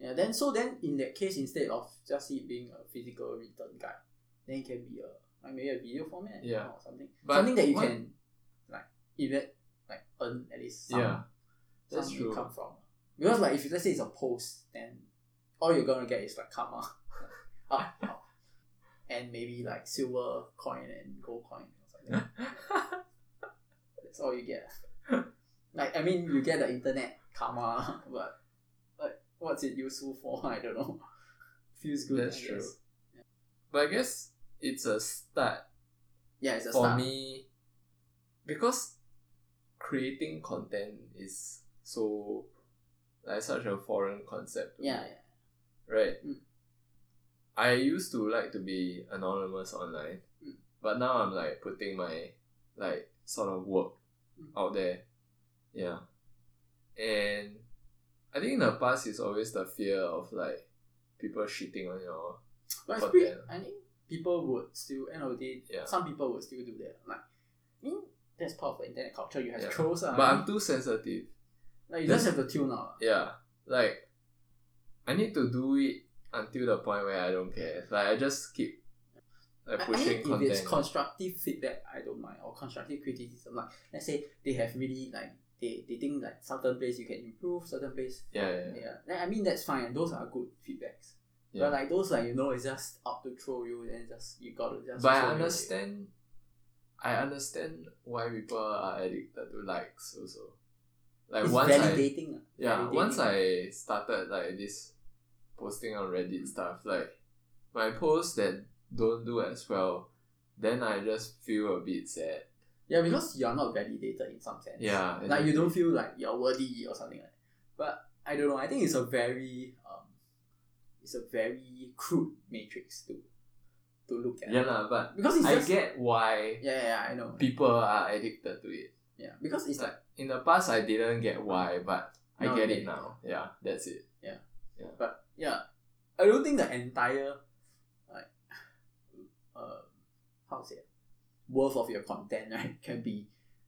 Speaker 2: Yeah, then so then in that case, instead of just it being a physical written guide, then it can be a like maybe a video format
Speaker 1: Yeah.
Speaker 2: or something.
Speaker 1: But
Speaker 2: something that you
Speaker 1: what-
Speaker 2: can like even like earn at least some,
Speaker 1: Yeah. That's
Speaker 2: some
Speaker 1: true.
Speaker 2: income from. Because like if you- let's say it's a post, then all you're gonna get is like karma. up, up. And maybe like silver coin and gold coin or something. That's all you get. Like I mean you get the internet karma, but like what's it useful for? I don't know. Feels good.
Speaker 1: That's
Speaker 2: I
Speaker 1: true.
Speaker 2: guess.
Speaker 1: But I guess it's a start
Speaker 2: Yeah, it's a
Speaker 1: for
Speaker 2: start.
Speaker 1: me because creating content is so like such a foreign concept to me,
Speaker 2: Yeah, yeah.
Speaker 1: right
Speaker 2: Mm.
Speaker 1: i used to like to be anonymous online
Speaker 2: Mm.
Speaker 1: but now i'm like putting my like sort of work
Speaker 2: Mm.
Speaker 1: out there yeah and i think in the past it's always the fear of like people shitting on your
Speaker 2: But it's
Speaker 1: But
Speaker 2: pretty,
Speaker 1: then-
Speaker 2: I think people would still end of the day.
Speaker 1: Yeah.
Speaker 2: Some people would still do that. Like, I mean, that's part of the internet culture. You have
Speaker 1: Yeah.
Speaker 2: trolls. ah.
Speaker 1: but i'm too sensitive
Speaker 2: like you just have to tune out.
Speaker 1: yeah like i need to do it until the point where i don't care like i just keep like
Speaker 2: I, I
Speaker 1: pushing
Speaker 2: think if
Speaker 1: content
Speaker 2: it's constructive feedback, I don't mind, or constructive criticism. Like, let's say they have really like they, they think like certain place you can improve, certain place.
Speaker 1: yeah yeah yeah,
Speaker 2: Yeah, Then I mean that's fine. Those are good feedbacks.
Speaker 1: Yeah.
Speaker 2: But like those like you know it's just up to troll you, then just you gotta just.
Speaker 1: but i
Speaker 2: troll you.
Speaker 1: understand i understand why people are addicted to likes also like
Speaker 2: It's
Speaker 1: once i
Speaker 2: validating. ah.
Speaker 1: yeah
Speaker 2: Validating.
Speaker 1: once i started like this posting on reddit stuff like my posts that don't do as well then i just feel a bit sad
Speaker 2: Yeah, because you are not validated in some sense.
Speaker 1: yeah
Speaker 2: like you don't feel like you're worthy or something like that. But I don't know. I think it's a very um, it's a very crude matrix to to look at.
Speaker 1: yeah lah, but
Speaker 2: Because it's
Speaker 1: i
Speaker 2: just,
Speaker 1: get why
Speaker 2: Yeah, yeah, yeah, I know.
Speaker 1: people are addicted to it.
Speaker 2: Yeah, because it's like,
Speaker 1: Like in the past, I didn't get why, but I
Speaker 2: Now
Speaker 1: get
Speaker 2: you
Speaker 1: it
Speaker 2: get
Speaker 1: now. Yeah, that's it.
Speaker 2: but yeah, I don't think the entire like uh how to say it, worth of your content right can be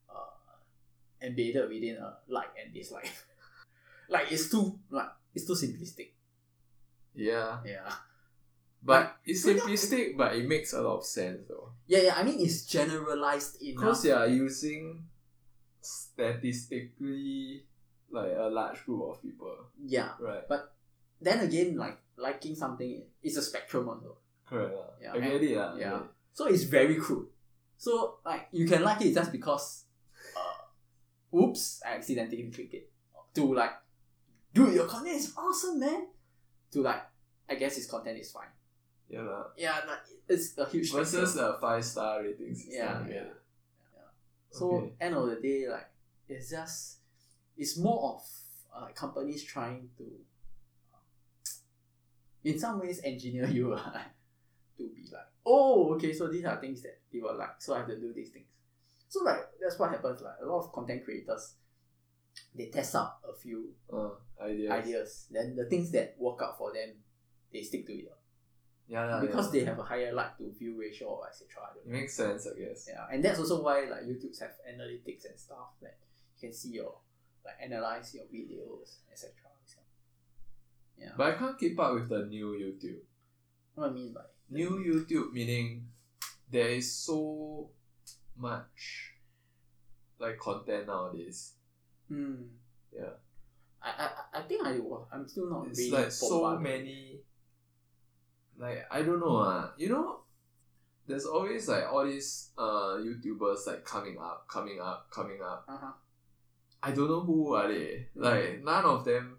Speaker 2: uh embedded within a like and dislike. like it's too like it's too simplistic.
Speaker 1: Yeah,
Speaker 2: Yeah.
Speaker 1: but it's
Speaker 2: you know-
Speaker 1: simplistic, but it makes a lot of sense though.
Speaker 2: Yeah, yeah. I mean, it's generalized enough.
Speaker 1: Because you are using statistically like a large group of people,
Speaker 2: Yeah.
Speaker 1: right?
Speaker 2: Then again, like liking something is a spectrum also.
Speaker 1: Correct. lah.
Speaker 2: Yeah,
Speaker 1: I get
Speaker 2: and-
Speaker 1: it. lah, I
Speaker 2: yeah.
Speaker 1: get it.
Speaker 2: So it's very crude. So like you can like it just because, uh, oops, I accidentally clicked it. To like, dude, your content is awesome, man. To like, I guess his content is fine.
Speaker 1: Yeah. lah.
Speaker 2: Yeah, like, it's a huge spectrum.
Speaker 1: Versus a five star rating system.
Speaker 2: Yeah,
Speaker 1: I get it.
Speaker 2: So
Speaker 1: Okay.
Speaker 2: end of the day, like it's just it's more of uh, like companies trying to, uh, in some ways, engineer you uh, to be like, oh, okay, so these are things that people like, so I have to do these things. So like that's what happens. Like a lot of content creators, they test out a few
Speaker 1: Uh, ideas.
Speaker 2: ideas. Then the things that work out for them, they stick to it.
Speaker 1: Yeah, lah,
Speaker 2: because
Speaker 1: Ah, yeah.
Speaker 2: they have a higher like to view ratio or etc. I
Speaker 1: It
Speaker 2: don't know.
Speaker 1: makes sense, I guess.
Speaker 2: Yeah, and that's also why like YouTube's have analytics and stuff that you can see your like analyze your videos etc. Yeah,
Speaker 1: But I can't keep up with the new YouTube.
Speaker 2: what I mean by
Speaker 1: New YouTube meaning there is so much like content nowadays.
Speaker 2: Hmm.
Speaker 1: Yeah.
Speaker 2: I, I I- I think I was I'm still not
Speaker 1: It's
Speaker 2: really
Speaker 1: like so
Speaker 2: bombarded.
Speaker 1: many like I don't know uh, you know there's always like all these uh YouTubers like coming up, coming up, coming up.
Speaker 2: Uh-huh.
Speaker 1: I don't know who are they. Like none of them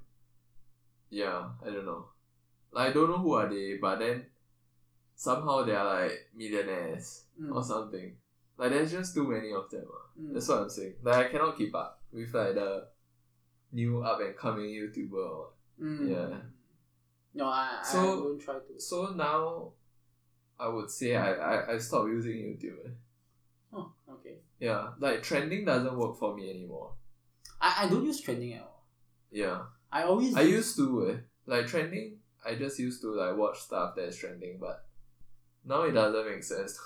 Speaker 1: Yeah, I don't know. Like I don't know who are they, but then somehow they are like millionaires.
Speaker 2: Mm.
Speaker 1: or something. Like there's just too many of them. ah.
Speaker 2: Mm.
Speaker 1: That's what I'm saying. Like I cannot keep up with like the new up and coming YouTuber. or-
Speaker 2: Mm.
Speaker 1: yeah.
Speaker 2: No, I, I
Speaker 1: So-
Speaker 2: won't try to.
Speaker 1: So now, I would say I I, I stopped using YouTube. eh.
Speaker 2: Oh, okay.
Speaker 1: Yeah, like trending doesn't work for me anymore.
Speaker 2: I, I don't use trending at all.
Speaker 1: Yeah,
Speaker 2: I always
Speaker 1: I used to eh. like trending. I just used to like watch stuff that's trending, but now it doesn't make sense.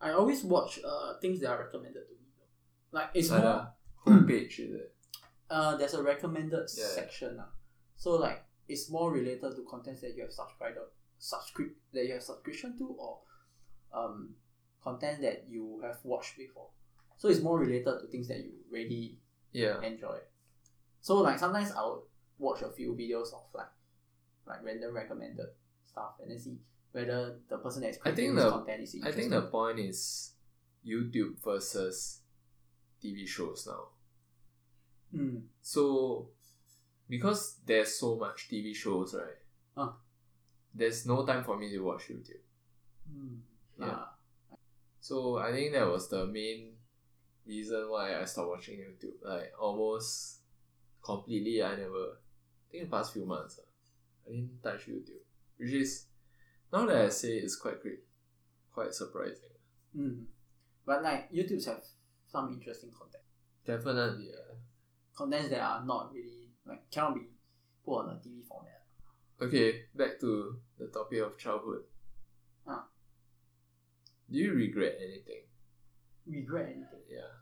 Speaker 2: I always watch uh things that are recommended to me. though. Like it's
Speaker 1: like
Speaker 2: more
Speaker 1: the homepage is it?
Speaker 2: uh there's a recommended
Speaker 1: Yeah, yeah.
Speaker 2: section now. So like it's more related to contents that you have subscribed or subscribe that you have subscription to or um content that you have watched before. So it's more related to things that you really
Speaker 1: Yeah,
Speaker 2: enjoy. So like sometimes I'll watch a few videos of like like random recommended stuff and then see whether the person that's
Speaker 1: I think
Speaker 2: creating this
Speaker 1: the-
Speaker 2: content is
Speaker 1: I
Speaker 2: interested.
Speaker 1: think the point is YouTube versus TV shows now.
Speaker 2: mm,
Speaker 1: So, because there's so much TV shows, right?
Speaker 2: Ah.
Speaker 1: There's no time for me to watch YouTube.
Speaker 2: mm,
Speaker 1: Yeah.
Speaker 2: ah,
Speaker 1: So I think that was the main reason why I stopped watching YouTube. Like almost completely, I never. I think the past few months, ah, I didn't touch YouTube, which is now that I say it's quite great, quite surprising.
Speaker 2: mm. But like YouTube's have some interesting content.
Speaker 1: Definitely, yeah.
Speaker 2: Contents that are not really like cannot be put on a TV format.
Speaker 1: Okay, back to the topic of childhood.
Speaker 2: Ah.
Speaker 1: Do you regret anything?
Speaker 2: Regret anything.
Speaker 1: Yeah.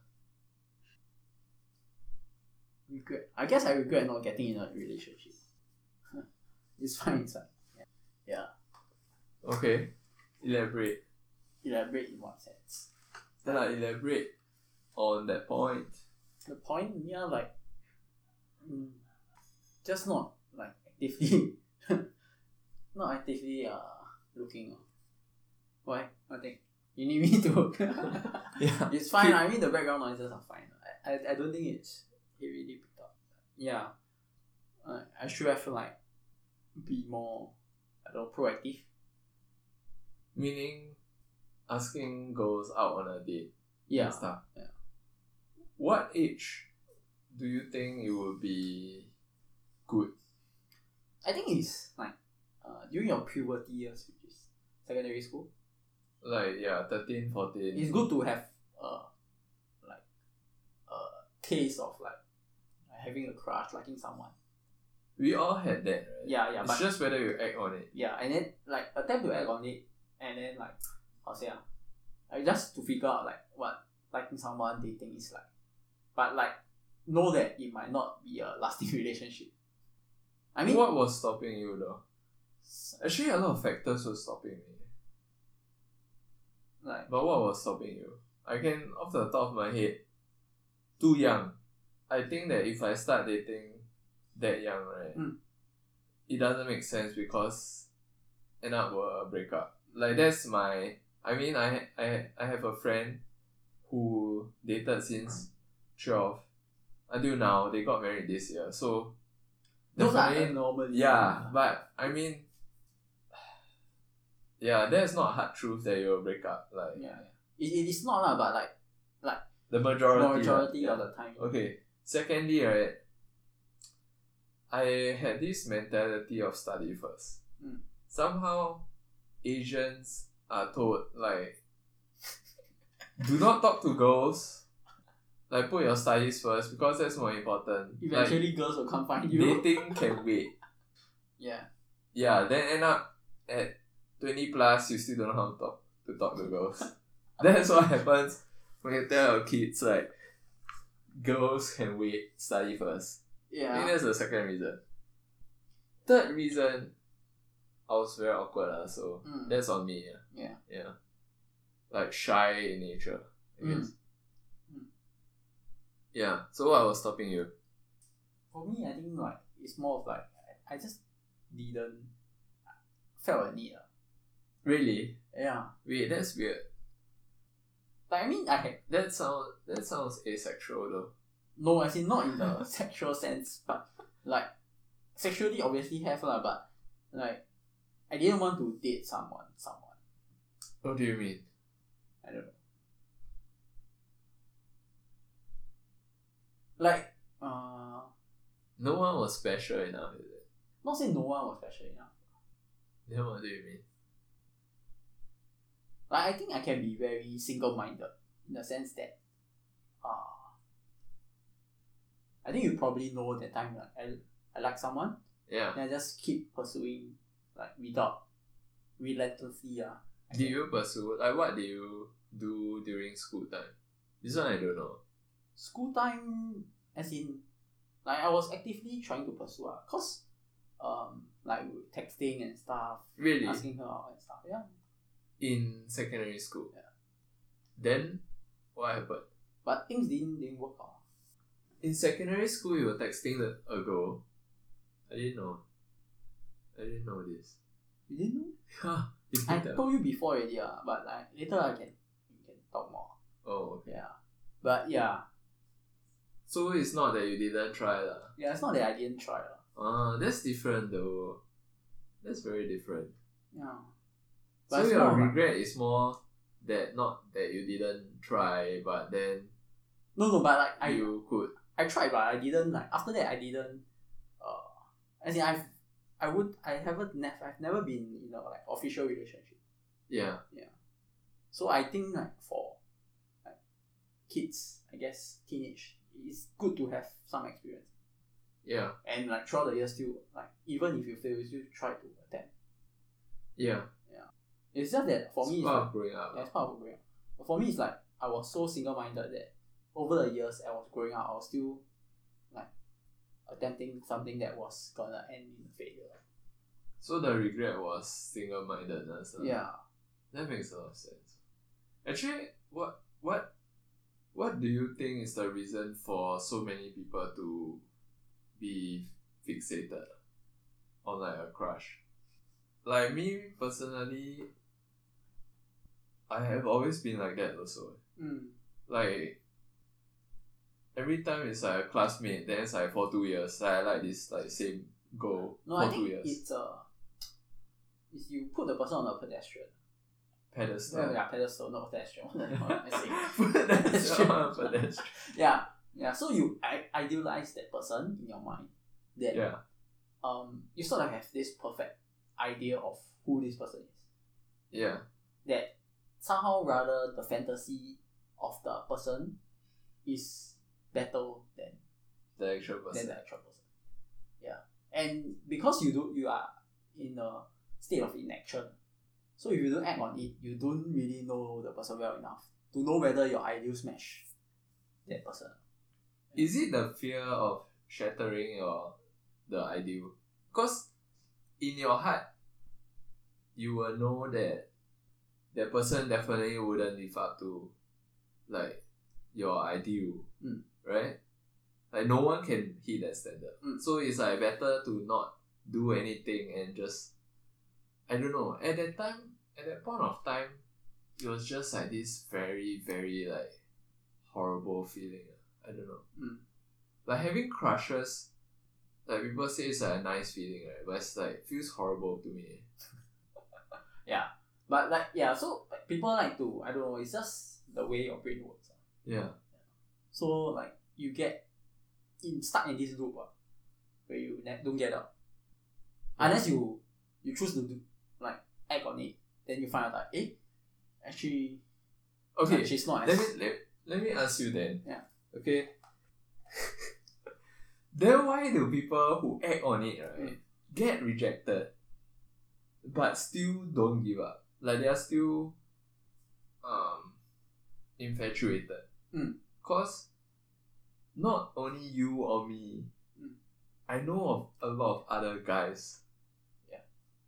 Speaker 2: Regret I guess I regret not getting in a relationship. it's fine inside.
Speaker 1: Okay. Elaborate.
Speaker 2: Elaborate in what sense.
Speaker 1: Then I elaborate on that point.
Speaker 2: the point yeah like mm, just not like actively not actively uh looking uh. why I think you need me to
Speaker 1: Yeah.
Speaker 2: it's fine I mean the background noises are fine I, I, I don't think it's it really picked up yeah uh, I should have like be more I don't know, proactive
Speaker 1: Meaning, asking girls out on a date
Speaker 2: yeah
Speaker 1: and stuff.
Speaker 2: yeah.
Speaker 1: What age do you think it would be good?
Speaker 2: I think it's like uh, during your puberty years which is secondary school
Speaker 1: Like, yeah, 13, 14.
Speaker 2: it's good to have uh like a taste of like having a crush, liking someone.
Speaker 1: We all had that, right?
Speaker 2: Yeah, yeah,
Speaker 1: It's
Speaker 2: but
Speaker 1: just whether you act on it.
Speaker 2: yeah, and then like attempt to act on it, and then like how say ah, like just to figure out like what liking someone dating is like, but like know that it might not be a lasting relationship. I mean,
Speaker 1: what was stopping you though?
Speaker 2: s-
Speaker 1: Actually, a lot of factors were stopping me.
Speaker 2: like
Speaker 1: But what was stopping you? I can, off the top of my head, too young. I think that if I start dating that young, right,
Speaker 2: Mm.
Speaker 1: it doesn't make sense because end up with a breakup. Like that's my. I mean, I I I have a friend who dated since twelve until now. They got married this year, so
Speaker 2: those are
Speaker 1: definitely-
Speaker 2: normally
Speaker 1: yeah, but I mean, yeah, that's not hard truth that you'll break up. Like
Speaker 2: yeah, yeah. It, it is not lah, but like
Speaker 1: the majority. ah,
Speaker 2: majority
Speaker 1: yeah.
Speaker 2: of the time.
Speaker 1: Okay. Secondly, right, I had this mentality of study first.
Speaker 2: Mm.
Speaker 1: Somehow, Asians are told like, do not talk to girls. Like put your studies first because that's more important. like,
Speaker 2: Eventually, girls will come find you.
Speaker 1: dating can wait.
Speaker 2: Yeah.
Speaker 1: yeah, then end up at 20 plus, you still don't know how to talk to talk to girls. That's what happens when you tell your kids like girls can wait, study first. I think
Speaker 2: Yeah.
Speaker 1: that's the second reason. Third reason, I was very awkward, uh, so
Speaker 2: Mm.
Speaker 1: that's on me. Yeah.
Speaker 2: Yeah.
Speaker 1: Yeah. Like shy in nature, I
Speaker 2: Mm.
Speaker 1: guess.
Speaker 2: Mm.
Speaker 1: Yeah. So what was stopping you?
Speaker 2: For me, I think like it's more of like I I just didn't felt a need. ah.
Speaker 1: Really?
Speaker 2: Yeah.
Speaker 1: Wait, that's weird.
Speaker 2: Like I mean I had
Speaker 1: That sound that sounds asexual though.
Speaker 2: no I in not in the sexual sense, but like sexually obviously have lah, but like I didn't want to date someone someone.
Speaker 1: What do you mean?
Speaker 2: I don't know. Like uh
Speaker 1: No one was special enough, is it?
Speaker 2: not say no one was special enough.
Speaker 1: Then what do you mean?
Speaker 2: Like I think I can be very single minded in the sense that uh I think you probably know that time like, I, I like someone
Speaker 1: Yeah.
Speaker 2: then I just keep pursuing like without relentlessly ah. I
Speaker 1: Did
Speaker 2: think.
Speaker 1: you pursue like what did you do during school time? This one I don't know.
Speaker 2: School time as in like I was actively trying to pursue ah, cause um like we were texting and stuff,
Speaker 1: Really?
Speaker 2: asking her out and stuff, yeah.
Speaker 1: In secondary school.
Speaker 2: Yeah.
Speaker 1: Then what happened?
Speaker 2: But things didn't didn't work out.
Speaker 1: In secondary school you were texting the, a girl. I didn't know. I didn't know this.
Speaker 2: You didn't know?
Speaker 1: Yeah. You
Speaker 2: I
Speaker 1: did that.
Speaker 2: told you before already ah, but like later I can we can talk more.
Speaker 1: Oh okay.
Speaker 2: Yeah. But yeah.
Speaker 1: So it's not that you didn't try lah.
Speaker 2: Yeah, it's not that I didn't try. lah.
Speaker 1: Ah, that's different though. That's very different.
Speaker 2: Yeah. But
Speaker 1: So
Speaker 2: it's
Speaker 1: your
Speaker 2: more like-
Speaker 1: regret is more that not that you didn't try, but then
Speaker 2: No, no, but like I,
Speaker 1: you could.
Speaker 2: I tried, but I didn't like. After that, I didn't. Uh, as in I've, I would, I haven't, nev- I've never been in a like official relationship.
Speaker 1: Yeah.
Speaker 2: So I think like for, like, kids, I guess teenage, it's good to have some experience.
Speaker 1: Yeah.
Speaker 2: And like throughout the years, still like even if you fail, you still try to attempt.
Speaker 1: Yeah.
Speaker 2: It's just that for
Speaker 1: it's
Speaker 2: me, it's
Speaker 1: part
Speaker 2: like,
Speaker 1: of growing up.
Speaker 2: Yeah, it's part of growing up. But for me, it's like I was so single minded that over the years I was growing up, I was still like attempting something that was gonna end in failure.
Speaker 1: So the regret was single mindedness.
Speaker 2: Yeah.
Speaker 1: That makes a lot of sense. Actually, what what what do you think is the reason for so many people to be fixated on like a crush? Like me personally, I have always been like that also. eh.
Speaker 2: Mm.
Speaker 1: Like every time it's like a classmate, then it's like for two years. Like I like this like same goal
Speaker 2: No,
Speaker 1: for
Speaker 2: I
Speaker 1: two
Speaker 2: think
Speaker 1: years.
Speaker 2: it's uh it's you put the person on a pedestrian.
Speaker 1: Pedestal.
Speaker 2: Yeah, yeah pedestal, not pedestrian. What the hell am I saying?
Speaker 1: Pedestrian. Pedestrian.
Speaker 2: yeah. Yeah. So you I- idealize that person in your mind. Then
Speaker 1: Yeah.
Speaker 2: um you sort of have this perfect idea of who this person is.
Speaker 1: Yeah.
Speaker 2: that somehow rather the fantasy of the person is better than,
Speaker 1: The actual
Speaker 2: than
Speaker 1: person.
Speaker 2: the actual person. Yeah. And because you do you are in a state of inaction. So if you don't act on it, you don't really know the person well enough to know whether your ideals match that person.
Speaker 1: Is it the fear of shattering your the ideal? Because in your heart, you will know that that person definitely wouldn't live up to like your ideal,
Speaker 2: Mm.
Speaker 1: right? Like no one can hit that standard.
Speaker 2: Mm.
Speaker 1: So it's like better to not do anything and just I don't know. At that time, at that point of time, it was just like this very very like horrible feeling. I don't know.
Speaker 2: Mm.
Speaker 1: Like having crushes, like people say it's like a nice feeling, right? But it's like feels horrible to me.
Speaker 2: But like yeah, so like, people like to I don't know, it's just the way your brain works. ah.
Speaker 1: Yeah.
Speaker 2: So like you get in stuck in this loop ah, where you ne- don't get out. Unless you you choose to do like act on it, then you find out like eh, actually
Speaker 1: Okay.
Speaker 2: like, she's not
Speaker 1: let
Speaker 2: as
Speaker 1: me let, let me ask you then.
Speaker 2: Yeah.
Speaker 1: Okay. then why do people who act on it right
Speaker 2: Mm.
Speaker 1: get rejected? but still don't give up. Like they are still um infatuated.
Speaker 2: Mm.
Speaker 1: Cause not only you or me,
Speaker 2: Mm.
Speaker 1: I know of a lot of other guys.
Speaker 2: Yeah.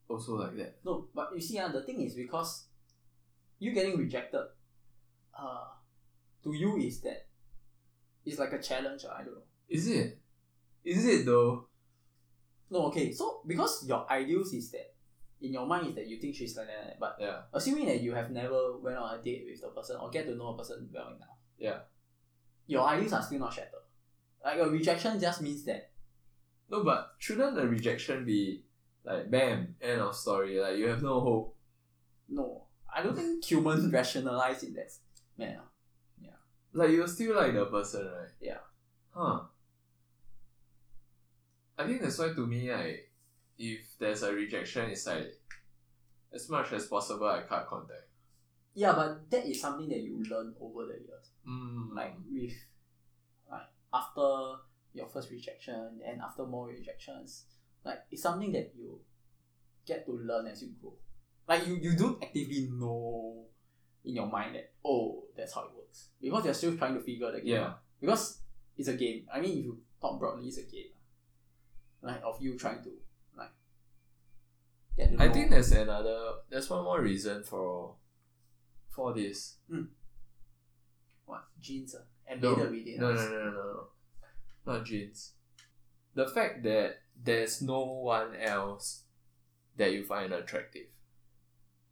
Speaker 1: Also like that.
Speaker 2: No, but you see, uh, the thing is because you getting rejected, uh, to you is that it's like a challenge. Uh, I don't know.
Speaker 1: Is it? Is it though?
Speaker 2: No, okay. So because your ideals is that in your mind is that you think she's like that, like that, but
Speaker 1: Yeah.
Speaker 2: assuming that you have never went on a date with the person or get to know a person well enough,
Speaker 1: Yeah.
Speaker 2: your ideals are still not shattered. Like a rejection just means that
Speaker 1: No, but shouldn't the rejection be like bam, end of story, like you have no hope.
Speaker 2: no, I don't think human rationalize in that manner.
Speaker 1: Like you're still like the person, right?
Speaker 2: Yeah.
Speaker 1: Huh. I think that's why to me like if there's a rejection it's like as much as possible I cut contact.
Speaker 2: Yeah, but that is something that you learn over the years.
Speaker 1: Mm.
Speaker 2: Like with like after your first rejection and after more rejections, like it's something that you get to learn as you grow. Like you, you don't actively know in your mind that oh that's how it works. Because you're still trying to figure the game.
Speaker 1: Yeah.
Speaker 2: out. Because it's a game. I mean if you talk broadly it's a game. Like of you trying to like get to
Speaker 1: I
Speaker 2: know-
Speaker 1: think there's another there's one more reason for for this.
Speaker 2: what genes are
Speaker 1: No,
Speaker 2: embedded within
Speaker 1: no, no,
Speaker 2: us.
Speaker 1: no, no, no, no. Not genes. The fact that there's no one else that you find attractive.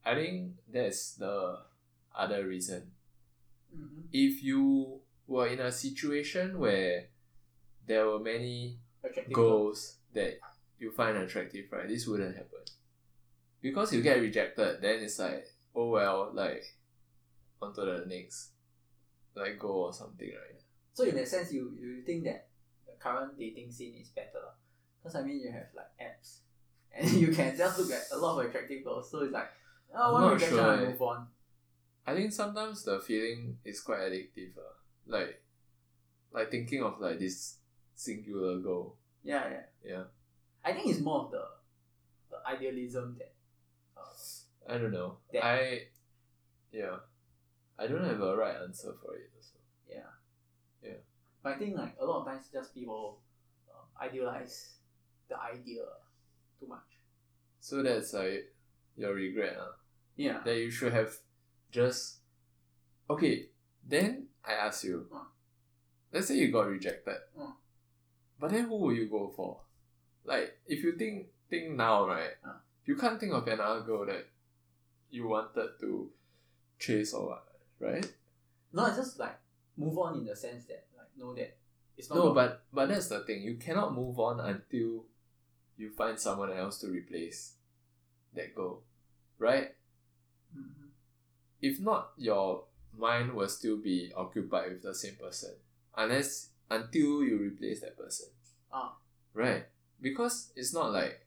Speaker 1: I think that's the other reason.
Speaker 2: Mhm.
Speaker 1: If you were in a situation where there were many
Speaker 2: attractive
Speaker 1: goals that you find attractive, right, this wouldn't happen. Because you get rejected, then it's like, oh well, like, onto the next, like, goal or something, right?
Speaker 2: So in that sense, you, you think that the current dating scene is better, because I mean you have like apps, and you can just look at a lot of attractive girls. So it's like,
Speaker 1: I'm
Speaker 2: oh, one
Speaker 1: not
Speaker 2: rejection,
Speaker 1: sure,
Speaker 2: I
Speaker 1: eh.
Speaker 2: move on.
Speaker 1: I think sometimes the feeling is quite addictive. Uh. Like, like thinking of like this singular goal.
Speaker 2: Yeah, yeah.
Speaker 1: Yeah,
Speaker 2: I think it's more of the, the idealism that. Uh,
Speaker 1: I don't know.
Speaker 2: That-
Speaker 1: I, yeah, I don't have a right answer for it. Also.
Speaker 2: yeah.
Speaker 1: Yeah.
Speaker 2: But I think like a lot of times just people uh, idealize the idea too much.
Speaker 1: So that's like your regret. Uh,
Speaker 2: Yeah.
Speaker 1: that you should have just okay. Then I ask you.
Speaker 2: Mm.
Speaker 1: Let's say you got rejected.
Speaker 2: Mm.
Speaker 1: But then who will you go for? Like if you think think now, right?
Speaker 2: Mm.
Speaker 1: You can't think of another girl that you wanted to chase or what, right?
Speaker 2: No, it's just like move on in the sense that like know that it's not
Speaker 1: No,
Speaker 2: about-
Speaker 1: but but that's the thing. You cannot move on until you find someone else to replace that girl, right?
Speaker 2: Mhm.
Speaker 1: if not, your mind will still be occupied with the same person, unless until you replace that person.
Speaker 2: Ah.
Speaker 1: Right, because it's not like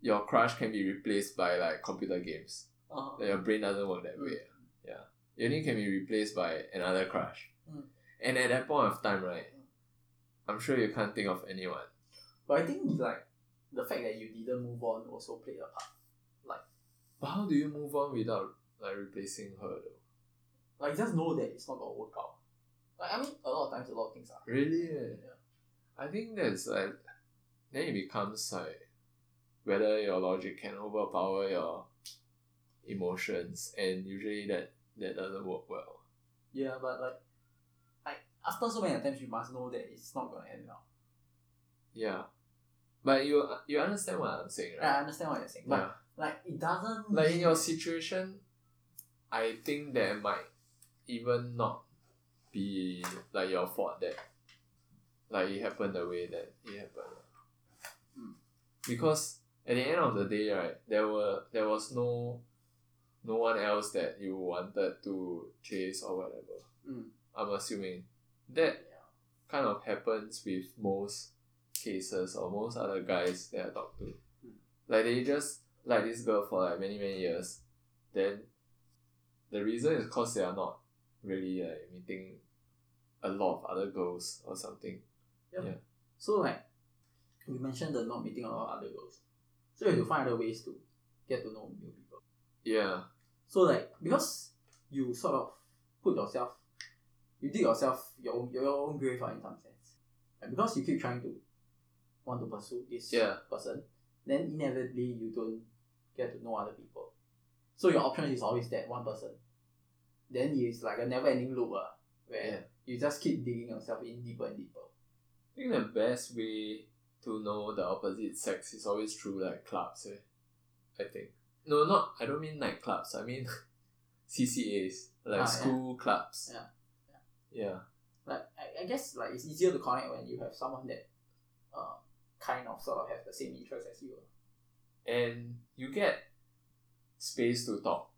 Speaker 1: your crush can be replaced by like computer games.
Speaker 2: Uh-huh.
Speaker 1: Like, your brain doesn't work that way. Yeah, your name can be replaced by another crush.
Speaker 2: Mm.
Speaker 1: And at that point of time, right, I'm sure you can't think of anyone.
Speaker 2: But I think it's like the fact that you didn't move on also played a part.
Speaker 1: But how do you move on without like replacing her though?
Speaker 2: Like just know that it's not gonna work out. Like I mean, a lot of times, a lot of things are.
Speaker 1: Really?
Speaker 2: Yeah.
Speaker 1: eh? I think that's like then it becomes like whether your logic can overpower your emotions and usually that that doesn't work well.
Speaker 2: Yeah, but like, like after so many attempts, you must know that it's not gonna end well.
Speaker 1: Yeah. But you you understand what I'm saying,
Speaker 2: I
Speaker 1: right?
Speaker 2: understand what you're saying, but
Speaker 1: Yeah.
Speaker 2: like it doesn't.
Speaker 1: Like in
Speaker 2: mean-
Speaker 1: your situation, I think that might even not be like your fault that like it happened the way that it happened.
Speaker 2: Mm.
Speaker 1: Because at the end of the day, right, there were there was no no one else that you wanted to chase or whatever.
Speaker 2: Mm.
Speaker 1: I'm assuming. That
Speaker 2: Yeah.
Speaker 1: kind of happens with most cases or most other guys that I talk to.
Speaker 2: Mm.
Speaker 1: Like they just like this girl for like many many years, then the reason is because they are not really like meeting a lot of other girls or something.
Speaker 2: So like, we mentioned the not meeting a lot of other girls, so you have to find other ways to get to know new people.
Speaker 1: Yeah.
Speaker 2: So like because you sort of put yourself, you dig yourself your own, your own grave ah, in some sense, and because you keep trying to want to pursue this
Speaker 1: Yeah.
Speaker 2: person, then inevitably you don't get to know other people. So your option is always that one person. Then it's like a never ending loop ah, where
Speaker 1: Yeah.
Speaker 2: you just keep digging yourself in deeper and deeper.
Speaker 1: I think the best way to know the opposite sex is always through like clubs, eh? I think. No, not I don't mean nightclubs, I mean CCAs. Like
Speaker 2: Ah, yeah.
Speaker 1: school clubs.
Speaker 2: Yeah.
Speaker 1: Yeah.
Speaker 2: Like I, I guess like it's easier to connect when you have someone that uh, kind of sort of have the same interests as you. ah.
Speaker 1: And you get space to talk.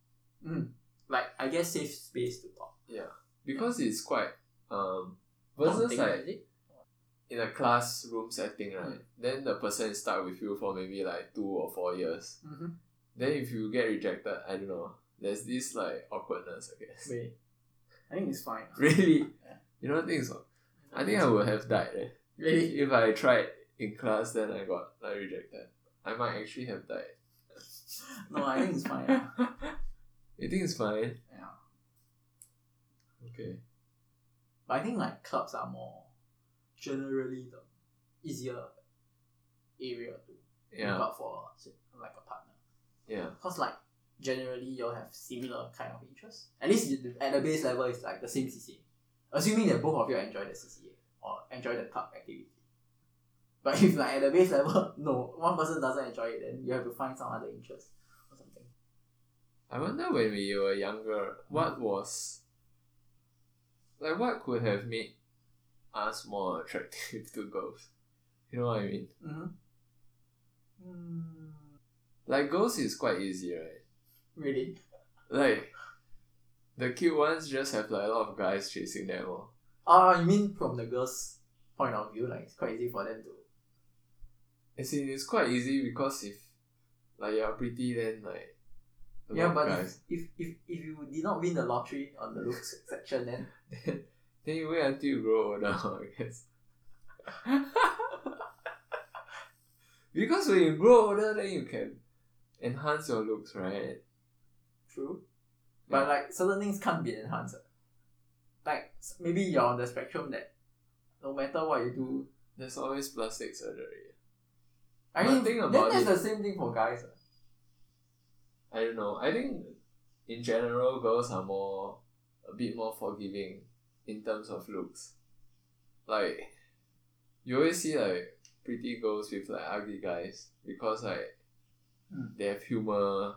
Speaker 2: Mm. Like I guess safe space to talk.
Speaker 1: Yeah. Because it's quite um versus
Speaker 2: Versus
Speaker 1: like
Speaker 2: like
Speaker 1: in a classroom setting, right? Then the person is stuck with you for maybe like two or four years.
Speaker 2: mm-hmm.
Speaker 1: Then if you get rejected, I don't know. There's this like awkwardness, I guess.
Speaker 2: Wait. I think it's fine.
Speaker 1: Really?
Speaker 2: Yeah.
Speaker 1: You don't think so? I think I would have died. Eh? Really? If I tried in class, then I got like rejected. I might actually have died.
Speaker 2: No, I think it's fine. ah.
Speaker 1: you think it's fine?
Speaker 2: Yeah.
Speaker 1: Okay.
Speaker 2: But I think like clubs are more generally the easier area to look
Speaker 1: Yeah.
Speaker 2: out for like a partner.
Speaker 1: Yeah.
Speaker 2: Because like generally you'll have similar kind of interests. At least you, at the base level it's like the same CCA. Assuming that both of you enjoy the CCA or enjoy the club activity. But if like at the base level, no, one person doesn't enjoy it, then you have to find some other interest or something.
Speaker 1: I wonder when we were younger, what was like what could have made us more attractive to girls? You know what I mean?
Speaker 2: Mm-hmm. Mm,
Speaker 1: Like girls is quite easy, right?
Speaker 2: really?
Speaker 1: Like the cute ones just have like a lot of guys chasing them. all.
Speaker 2: Ah, you mean from the girl's point of view, like it's quite easy for them to.
Speaker 1: As in, it's quite easy because if like you're pretty, then like a
Speaker 2: Yeah,
Speaker 1: lot of
Speaker 2: but if,
Speaker 1: guys.
Speaker 2: if if if you did not win the lottery on the looks section, then
Speaker 1: Then you wait until you grow older, I guess. because when you grow older, then you can enhance your looks, right?
Speaker 2: true. But like certain things can't be enhanced. Like s- maybe you're on the spectrum that no matter what you do,
Speaker 1: There's always plastic surgery.
Speaker 2: I
Speaker 1: But
Speaker 2: mean,
Speaker 1: think
Speaker 2: then
Speaker 1: about
Speaker 2: that's
Speaker 1: it.
Speaker 2: the same thing for guys. ah.
Speaker 1: I don't know. I think in general, girls are more a bit more forgiving in terms of looks. Like you always see like pretty girls with like ugly guys because like
Speaker 2: Hmm.
Speaker 1: they have humor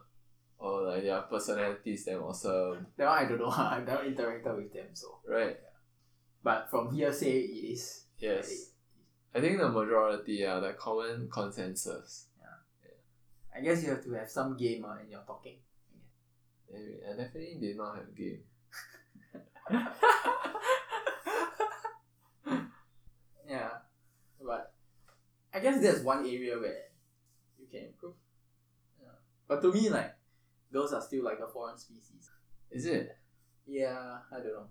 Speaker 1: or like their personality is damn awesome,
Speaker 2: That one I don't know. I've never interacted with them, so.
Speaker 1: right?
Speaker 2: But from hearsay, it is.
Speaker 1: Yes. I think the majority are the common consensus.
Speaker 2: I guess you have to have some game ah, in your talking.
Speaker 1: Anyway, I definitely did not have game.
Speaker 2: yeah, but I guess that's one area where you can improve. Yeah. But to me, like girls are still like a foreign species.
Speaker 1: Is it?
Speaker 2: Yeah, I don't know.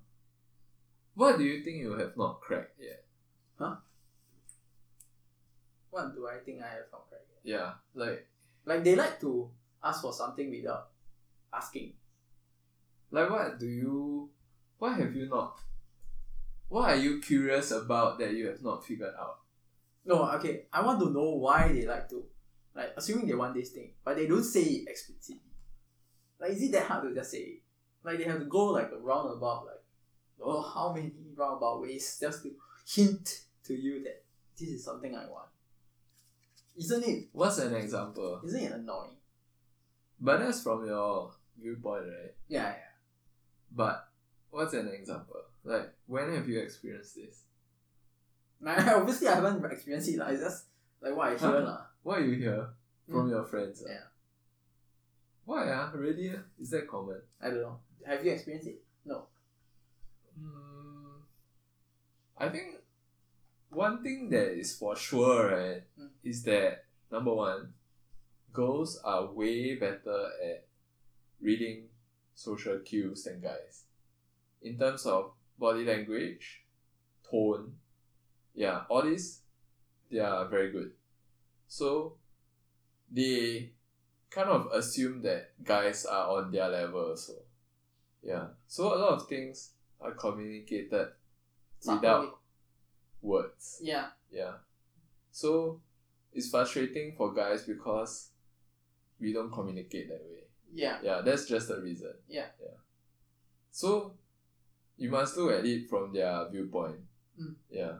Speaker 1: What do you think you have not cracked yet?
Speaker 2: What do I think I have not correct?
Speaker 1: Yeah, like
Speaker 2: Like they like to ask for something without asking.
Speaker 1: like what do you what have you not what are you curious about that you have not figured out?
Speaker 2: No, okay. I want to know why they like to, like assuming they want this thing, but they don't say it explicitly. Like, is it that hard to just say it? Like, they have to go like a roundabout, like, oh, how many roundabout ways just to hint to you that this is something I want. Isn't it?
Speaker 1: What's an example?
Speaker 2: Isn't it annoying?
Speaker 1: But that's from your viewpoint, right?
Speaker 2: Yeah, yeah.
Speaker 1: But what's an example? Like when have you experienced this?
Speaker 2: Like, obviously, I haven't experienced it. Like, it's just like what I hear lah.
Speaker 1: What you hear from
Speaker 2: Mm.
Speaker 1: your friends? ah?
Speaker 2: Yeah.
Speaker 1: Why ah? Really? ah? Is that common?
Speaker 2: I don't know. Have you experienced it? No.
Speaker 1: Mm, I think one thing that is for sure, right,
Speaker 2: Mm.
Speaker 1: is that number one, girls are way better at reading social cues than guys. In terms of body language, tone, yeah, all these, they are very good. So, they kind of assume that guys are on their level so yeah so a lot of things are communicated without words
Speaker 2: Yeah.
Speaker 1: yeah so it's frustrating for guys because we don't communicate that way
Speaker 2: Yeah.
Speaker 1: yeah that's just the reason
Speaker 2: Yeah.
Speaker 1: yeah so you must look at it from their viewpoint
Speaker 2: Mm.
Speaker 1: yeah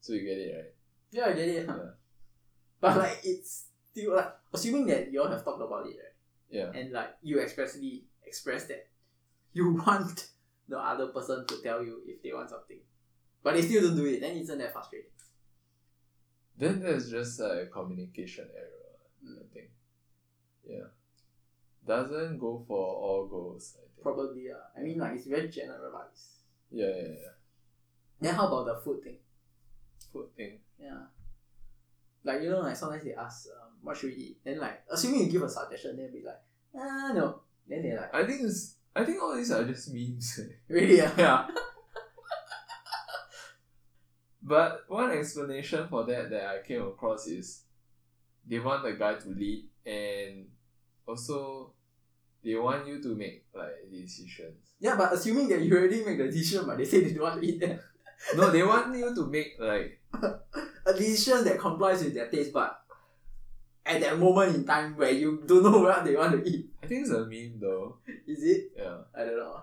Speaker 1: so you get it right
Speaker 2: Yeah, I get it.
Speaker 1: Yeah.
Speaker 2: But like it's still like assuming that you all have talked about it, right?
Speaker 1: yeah
Speaker 2: And like you expressly express that you want the other person to tell you if they want something. But they still don't do it, then isn't that frustrating?
Speaker 1: then there's just a communication error
Speaker 2: Mm.
Speaker 1: I think. Yeah. Doesn't go for all goals, I think.
Speaker 2: Probably uh, I mean like it's very generalized.
Speaker 1: yeah, yeah, yeah.
Speaker 2: Then how about the food thing?
Speaker 1: Food thing.
Speaker 2: Yeah. Like you know, like sometimes they ask, um, what should we eat? Then like assuming you give a suggestion, they'll be like, ah no. Then they're like,
Speaker 1: I think it's I think all these are just memes.
Speaker 2: really yeah.
Speaker 1: yeah. But one explanation for that that I came across is they want the guy to lead and also they want you to make like decisions.
Speaker 2: Yeah, but assuming that you already make the decision, but they say they don't want to eat that.
Speaker 1: No, they want you to make like
Speaker 2: a decision that complies with their taste bud at that moment in time where you don't know what they want to eat.
Speaker 1: I think it's a meme though.
Speaker 2: Is it?
Speaker 1: Yeah.
Speaker 2: I don't know.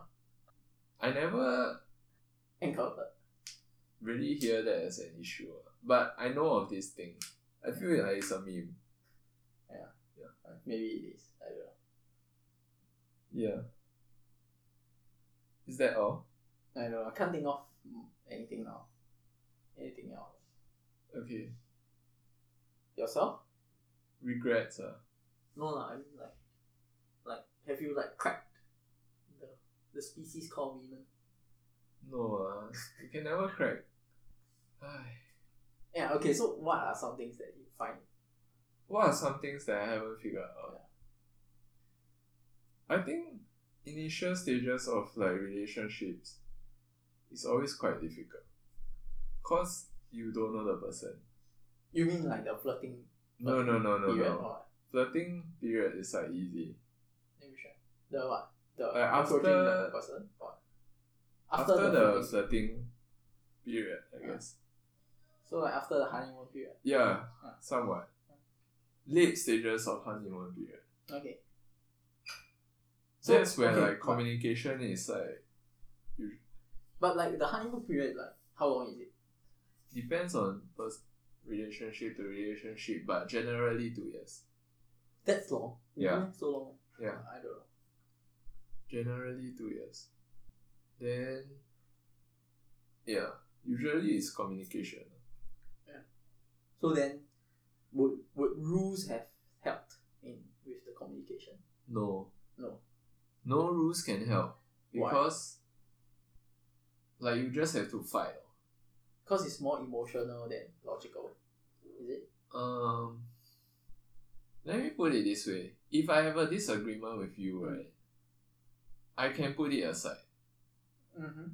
Speaker 1: I never
Speaker 2: Encountered.
Speaker 1: really hear that as an issue. ah. But I know of this thing. I feel like it's a meme.
Speaker 2: Maybe it is. I don't know.
Speaker 1: Yeah. Is that all?
Speaker 2: I don't know. I can't think of mm, anything now. Anything else?
Speaker 1: Okay.
Speaker 2: Yourself?
Speaker 1: Regrets. Uh.
Speaker 2: No lah. I mean like, like have you like cracked the the species called women?
Speaker 1: No, uh, you can never crack. Ai.
Speaker 2: Yeah. Okay. So what are some things that you find?
Speaker 1: what are some things that I haven't figured out? I think initial stages of like relationships is always quite difficult. Cause you don't know the person.
Speaker 2: You mean like the flirting?
Speaker 1: No no no no
Speaker 2: period
Speaker 1: no.
Speaker 2: Or,
Speaker 1: Flirting period is like easy.
Speaker 2: let me check. The what? The
Speaker 1: Like,
Speaker 2: approaching the
Speaker 1: after-
Speaker 2: person? Or
Speaker 1: after, the
Speaker 2: flirting?
Speaker 1: flirting period, I
Speaker 2: Yeah.
Speaker 1: guess.
Speaker 2: So like after the honeymoon period.
Speaker 1: Yeah,
Speaker 2: Yeah.
Speaker 1: somewhat. Late stages of honeymoon period.
Speaker 2: Okay.
Speaker 1: That's where
Speaker 2: okay,
Speaker 1: like
Speaker 2: but-
Speaker 1: communication is like
Speaker 2: But like the honeymoon period, like how long is it?
Speaker 1: depends on first relationship to relationship, but generally two years.
Speaker 2: That's long.
Speaker 1: Yeah.
Speaker 2: Really? So long.
Speaker 1: Yeah.
Speaker 2: I don't know.
Speaker 1: Generally two years. Then yeah. Usually it's communication.
Speaker 2: So then, would would rules have helped in with the communication?
Speaker 1: No.
Speaker 2: No.
Speaker 1: No rules can help.
Speaker 2: Why?
Speaker 1: Because like you just have to fight.
Speaker 2: Because it's more emotional than logical. Is it?
Speaker 1: Um, let me put it this way: if I have a disagreement with you,
Speaker 2: Mm.
Speaker 1: right, I can put it aside
Speaker 2: Mm-hmm.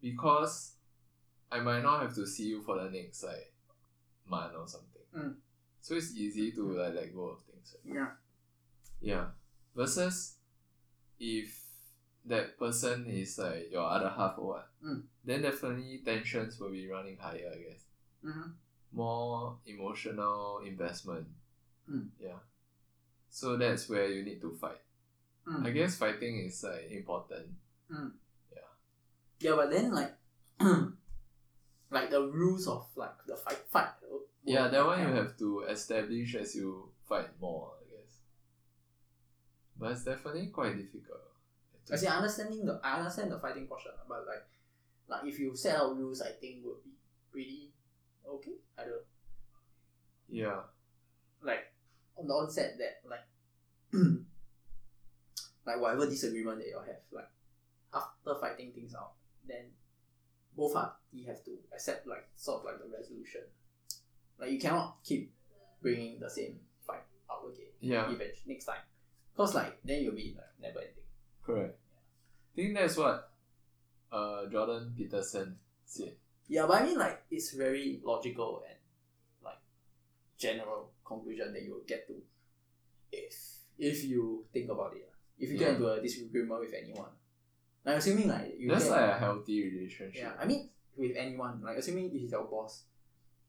Speaker 1: because I might not have to see you for the next like month or something.
Speaker 2: Mm.
Speaker 1: So it's easy to like let go of things. Right?
Speaker 2: Yeah.
Speaker 1: Yeah. Versus if that person is like your other half or what,
Speaker 2: Mm.
Speaker 1: then definitely tensions will be running higher. I guess
Speaker 2: Mm-hmm.
Speaker 1: more emotional investment.
Speaker 2: Mm.
Speaker 1: Yeah. So that's where you need to fight.
Speaker 2: Mm.
Speaker 1: I guess fighting is like important.
Speaker 2: Yeah, but then like, like the rules of like the fight fight. would-
Speaker 1: Yeah, that one you
Speaker 2: help.
Speaker 1: have to establish as you fight more, I guess. But it's definitely quite difficult. I
Speaker 2: I
Speaker 1: think.
Speaker 2: see understanding the I understand the fighting portion, but like like if you set out rules I think would be pretty okay. I don't know.
Speaker 1: Yeah.
Speaker 2: Like on the onset that like like whatever disagreement that you all have, like after fighting things out, then both party have to accept like sort of like the resolution. Like you cannot keep bringing the same fight out again.
Speaker 1: Yeah.
Speaker 2: Eventually next time, cause like then you'll be like never ending.
Speaker 1: Correct. I think that's what uh Jordan Peterson said.
Speaker 2: Yeah, but I mean, like, it's very logical and, like, general conclusion that you'll get to if if you think about it, lah. if you get
Speaker 1: Yeah.
Speaker 2: into a disagreement with anyone, like assuming like you
Speaker 1: That's
Speaker 2: get,
Speaker 1: like a healthy relationship.
Speaker 2: yeah, I mean with anyone, like assuming it's your boss,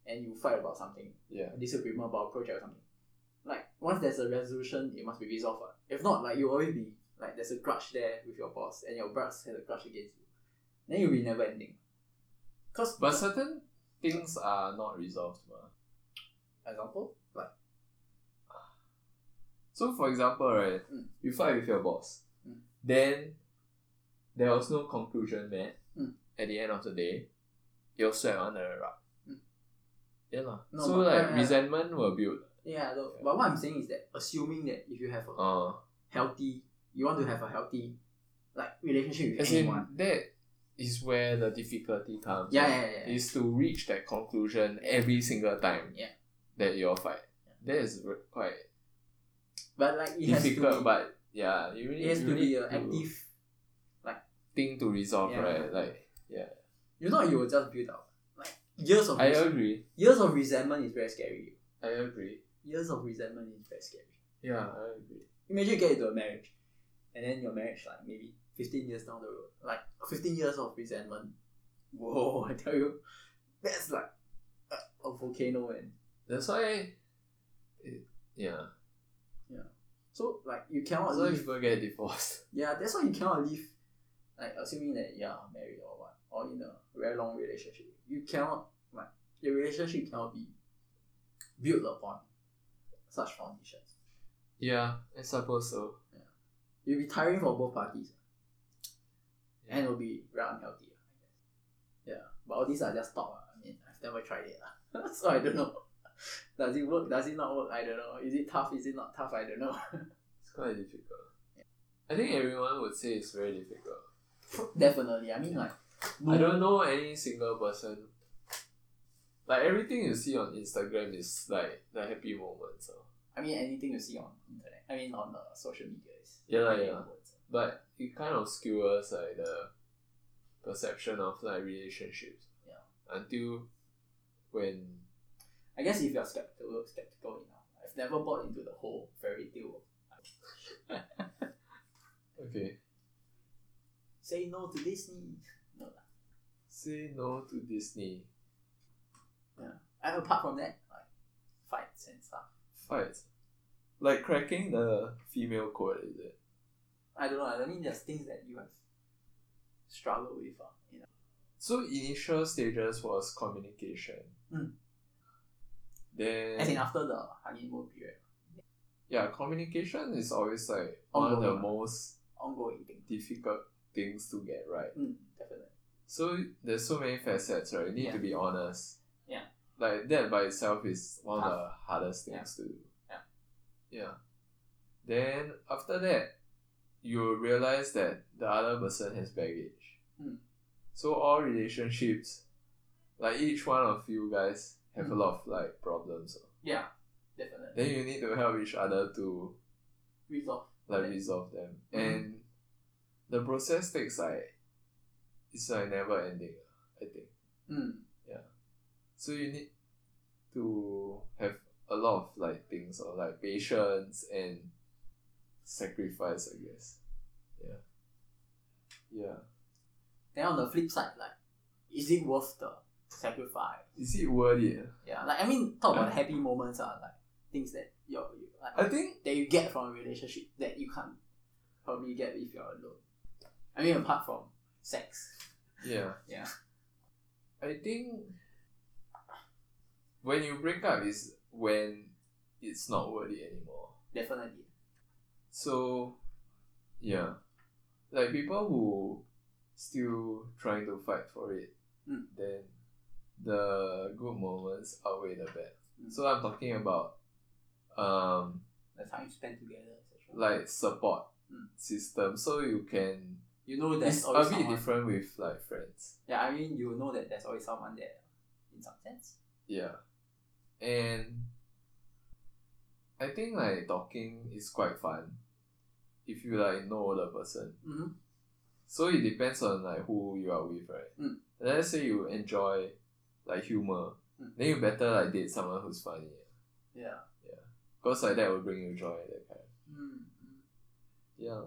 Speaker 2: and you fight about something,
Speaker 1: Yeah.
Speaker 2: a disagreement about a project or something, like once there's a resolution, it must be resolved. what. If not, like you always be like there's a grudge there with your boss, and your boss has a grudge against you, then you'll be never ending. Cause
Speaker 1: But certain things are not resolved. Ma.
Speaker 2: example, like
Speaker 1: So, for example, right,
Speaker 2: Mm.
Speaker 1: you fight with your boss.
Speaker 2: Mm.
Speaker 1: Then there was no conclusion met.
Speaker 2: Mm.
Speaker 1: At the end of the day, you'll sweat on the rug.
Speaker 2: Mm.
Speaker 1: Yeah, lah.
Speaker 2: No,
Speaker 1: so,
Speaker 2: but- uh,
Speaker 1: like,
Speaker 2: yeah, yeah.
Speaker 1: resentment will build.
Speaker 2: yeah, no, but what I'm saying is that assuming that if you have a
Speaker 1: Uh,
Speaker 2: healthy you want to have a healthy like relationship with
Speaker 1: as
Speaker 2: anyone.
Speaker 1: in, that is where the difficulty comes.
Speaker 2: yeah,
Speaker 1: lah.
Speaker 2: yeah, yeah, yeah.
Speaker 1: Is to reach that conclusion every single time
Speaker 2: Yeah.
Speaker 1: that you'll fight. That is re- quite
Speaker 2: But like it has to be,
Speaker 1: difficult, but yeah, you really
Speaker 2: it has
Speaker 1: you
Speaker 2: to
Speaker 1: need
Speaker 2: be an
Speaker 1: to-
Speaker 2: active.
Speaker 1: thing to resolve,
Speaker 2: Yeah.
Speaker 1: right? Like
Speaker 2: You know, you will just build up like years of
Speaker 1: I
Speaker 2: res-
Speaker 1: agree.
Speaker 2: years of resentment is very scary.
Speaker 1: I agree.
Speaker 2: Years of resentment is very scary.
Speaker 1: Yeah, I agree.
Speaker 2: Imagine you get into a marriage, and then your marriage like maybe fifteen years down the road, like fifteen years of resentment. Whoa! I tell you, that's like a, a volcano, and
Speaker 1: That's why. It, yeah.
Speaker 2: so like you cannot.
Speaker 1: That's why
Speaker 2: live-
Speaker 1: people get divorced.
Speaker 2: Yeah, that's why you cannot leave. Like assuming that you are married or what, or in a very long relationship, you cannot like your relationship cannot be built upon such foundations.
Speaker 1: Yeah, I suppose so.
Speaker 2: It'll be tiring for both parties, and
Speaker 1: Yeah.
Speaker 2: it'll be very unhealthy. I guess. Yeah, but all these are just talk. ah. I mean, I've never tried it, ah. so I don't know. Does it work? Does it not work? I don't know. Is it tough? Is it not tough? I don't know.
Speaker 1: It's quite difficult. I think everyone would say it's very difficult.
Speaker 2: Definitely. I mean, like
Speaker 1: I don't know any single person. Like everything you see on Instagram is like the happy moments. So.
Speaker 2: I mean, anything you see on internet. I mean, on uh, social media is
Speaker 1: Yeah, lah, yeah. But it kind of skewers like the perception of like relationships.
Speaker 2: Yeah.
Speaker 1: Until when
Speaker 2: I guess if you're skeptical, skeptical enough, I've never bought into the whole fairy tale.
Speaker 1: Okay.
Speaker 2: Say no to Disney. No, lah.
Speaker 1: Say no to Disney.
Speaker 2: and apart from that, like fights and stuff.
Speaker 1: Fights. Like cracking the female code, is it?
Speaker 2: I don't know. I mean, there's things that you have struggled with. Uh, you know,
Speaker 1: So initial stages was communication.
Speaker 2: Mm.
Speaker 1: Then
Speaker 2: as in uh, after the honeymoon period,
Speaker 1: yeah, communication is always like one of the
Speaker 2: Ongoing. uh.
Speaker 1: most
Speaker 2: ongoing thing.
Speaker 1: difficult things to get right.
Speaker 2: Mm, definitely.
Speaker 1: So there's so many facets, right? You need
Speaker 2: Yeah.
Speaker 1: to be honest.
Speaker 2: Yeah.
Speaker 1: Like that by itself is one of the
Speaker 2: Tough.
Speaker 1: hardest
Speaker 2: Yeah.
Speaker 1: things to do.
Speaker 2: Yeah.
Speaker 1: Yeah. Then after that, you realize that the other person has baggage.
Speaker 2: Hmm.
Speaker 1: So all relationships, like each one of you guys have a
Speaker 2: Hmm.
Speaker 1: lot of like problems.
Speaker 2: Yeah, definitely.
Speaker 1: Then you need to help each other to
Speaker 2: Resolve.
Speaker 1: like
Speaker 2: Right.
Speaker 1: resolve them.
Speaker 2: Mhm.
Speaker 1: And the process takes like it's like never ending, I think.
Speaker 2: Mm.
Speaker 1: So you need to have a lot of like things or like patience and sacrifice, I guess. Yeah. Yeah.
Speaker 2: Then on the flip side, like, is it worth the sacrifice?
Speaker 1: Is it worth it?
Speaker 2: Yeah, like I mean, talk about
Speaker 1: Yeah.
Speaker 2: happy moments are like things that you're, you like,
Speaker 1: I think
Speaker 2: that you get from a relationship that you can't probably get if you're alone. I mean, apart from sex.
Speaker 1: yeah.
Speaker 2: Yeah.
Speaker 1: I think when you break up is when it's not worth it anymore.
Speaker 2: Definitely.
Speaker 1: So, yeah, like people who still trying to fight for it,
Speaker 2: Mm.
Speaker 1: then the good moments outweigh the bad.
Speaker 2: Mm.
Speaker 1: So I'm talking about, um,
Speaker 2: The time you spend together, etc.
Speaker 1: like support
Speaker 2: Mm.
Speaker 1: system. So you can
Speaker 2: you know there's
Speaker 1: it's a
Speaker 2: always
Speaker 1: bit
Speaker 2: someone.
Speaker 1: different with like friends.
Speaker 2: Yeah, I mean, you know that there's always someone there, in some sense.
Speaker 1: Yeah, and I think like talking is quite fun if you like know the person.
Speaker 2: Mm-hmm.
Speaker 1: So it depends on like who you are with, right?
Speaker 2: Mm.
Speaker 1: Let's say you enjoy like humor,
Speaker 2: Mm.
Speaker 1: then you better like date someone who's funny.
Speaker 2: Yeah.
Speaker 1: Because like that will bring you joy, that kind.
Speaker 2: Mm.
Speaker 1: Yeah.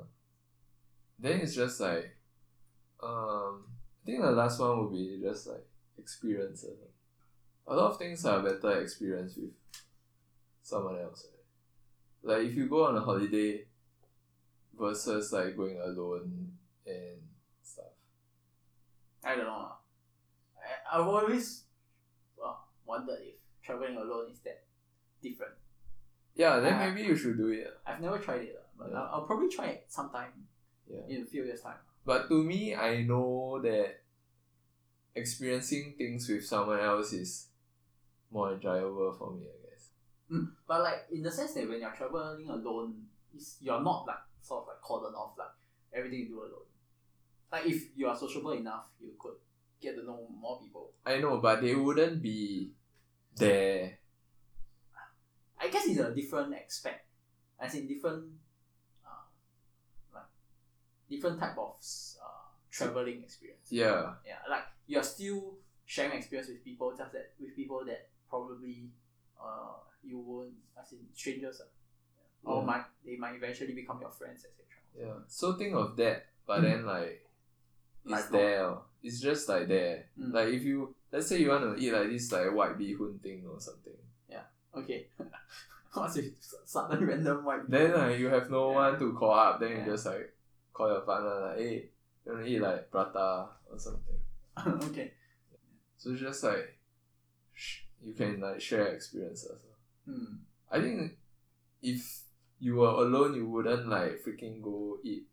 Speaker 1: Then it's just like, um, I think the last one would be just like experiences. A lot of things are better experienced with someone else. right? Like if you go on a holiday versus like going alone and stuff.
Speaker 2: I don't know. ah. I, I've always well, wondered if traveling alone is that different.
Speaker 1: Yeah, then
Speaker 2: Ah.
Speaker 1: maybe you should do it. ah.
Speaker 2: I've never tried it, lah, but
Speaker 1: Yeah.
Speaker 2: I'll, I'll probably try it sometime
Speaker 1: Yeah.
Speaker 2: in a few years' time.
Speaker 1: But to me, I know that experiencing things with someone else is more enjoyable for me, I guess.
Speaker 2: Mm. But like in the sense that when you're traveling alone, it's, you're not like sort of like cordoned off like everything you do alone. Like if you are sociable enough, you could get to know more people.
Speaker 1: I know, but they wouldn't be there.
Speaker 2: I guess it's a different aspect, as in different, uh, like different type of uh, traveling experience.
Speaker 1: Yeah,
Speaker 2: Yeah, like you're still sharing experience with people, just that with people that probably uh you won't as in strangers. Uh, yeah. Or
Speaker 1: Yeah.
Speaker 2: might they might eventually become your friends, etc.
Speaker 1: yeah. So think of that, but
Speaker 2: Mm.
Speaker 1: then like it's
Speaker 2: Like what?
Speaker 1: there. It's just like there.
Speaker 2: Mm.
Speaker 1: Like if you let's say you want to eat like this like white bee hoon thing or something,
Speaker 2: Okay. What's with sudden random white
Speaker 1: then like you have no
Speaker 2: Yeah.
Speaker 1: one to call up. Then
Speaker 2: Yeah.
Speaker 1: you just like call your partner like, hey, you want to eat like prata or something.
Speaker 2: Okay.
Speaker 1: So it's just like sh- you can like share experiences.
Speaker 2: Hmm.
Speaker 1: I think if you were alone, you wouldn't like freaking go eat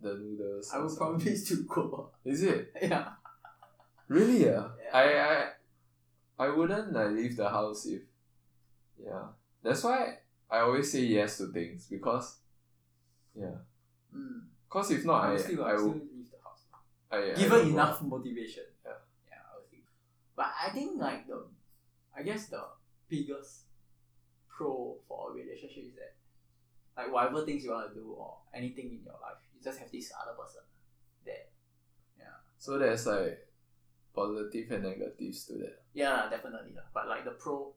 Speaker 1: the noodles.
Speaker 2: I
Speaker 1: or
Speaker 2: will
Speaker 1: something.
Speaker 2: probably still go.
Speaker 1: Is it
Speaker 2: yeah.
Speaker 1: really? Yeah.
Speaker 2: Yeah.
Speaker 1: I I I wouldn't like leave the house if. Yeah, that's why I always say yes to things because. Yeah,
Speaker 2: Mm.
Speaker 1: cause if not, I
Speaker 2: I will still,
Speaker 1: I
Speaker 2: I will
Speaker 1: would
Speaker 2: still leave the house.
Speaker 1: I, I
Speaker 2: given
Speaker 1: don't know.
Speaker 2: enough motivation.
Speaker 1: Yeah.
Speaker 2: Yeah, I would think. But I think like the I guess the biggest pro for a relationship is that like whatever things you wanna do or anything in your life, you just have this other person there.
Speaker 1: So there's like positive and negatives to that.
Speaker 2: Yeah, definitely. lah. But like the pro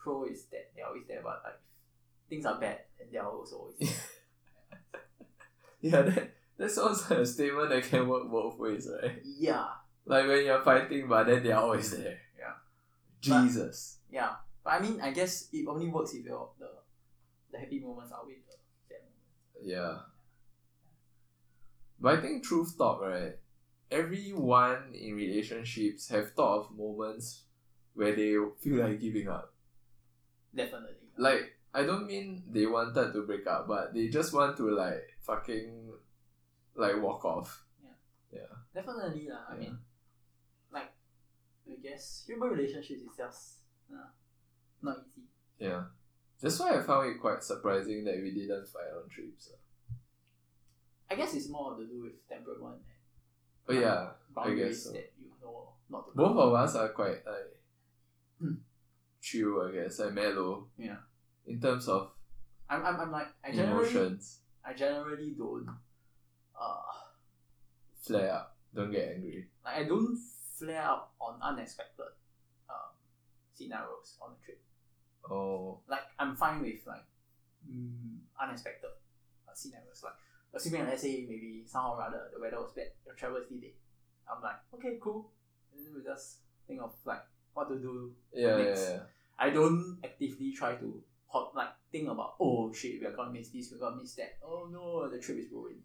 Speaker 2: pro is that they're always there, but like things are bad and they're also always there.
Speaker 1: Yeah, that that sounds like a statement that can work both ways, right?
Speaker 2: yeah.
Speaker 1: Like when you're fighting, but then they're always there.
Speaker 2: Yeah.
Speaker 1: Jesus.
Speaker 2: Yeah. But I mean I guess it only works if you're the the happy moments are with the sad moments.
Speaker 1: yeah. But I think truth talk, right? Everyone in relationships have thought of moments where they feel like giving up.
Speaker 2: Definitely.
Speaker 1: Like, I don't mean they wanted to break up, but they just want to like fucking like walk off.
Speaker 2: Definitely, lah. I
Speaker 1: Yeah.
Speaker 2: mean, like, I guess human relationships is just uh, not easy.
Speaker 1: Yeah. That's why I found it quite surprising that we didn't fight on trips.
Speaker 2: I guess it's more to do with temperament and
Speaker 1: But yeah,
Speaker 2: boundaries
Speaker 1: so.
Speaker 2: that you know not to.
Speaker 1: both of us are quite like
Speaker 2: Hmm.
Speaker 1: chill, I guess, like mellow.
Speaker 2: Yeah.
Speaker 1: in terms of
Speaker 2: I'm, I'm, I'm like I generally
Speaker 1: emotions,
Speaker 2: I generally don't uh
Speaker 1: flare up, don't get angry.
Speaker 2: like I don't flare up on unexpected um scenarios on a trip.
Speaker 1: Oh,
Speaker 2: Like I'm fine with like mm, unexpected uh, scenarios. Like assuming let's say maybe somehow or other the weather was bad, your travel is delayed. I'm like, okay, cool. And then we just think of like what to do.
Speaker 1: yeah, yeah,
Speaker 2: Mix.
Speaker 1: yeah.
Speaker 2: I don't actively try to hot like think about oh shit we're gonna miss this, we're gonna miss that. Oh no, the trip is ruined.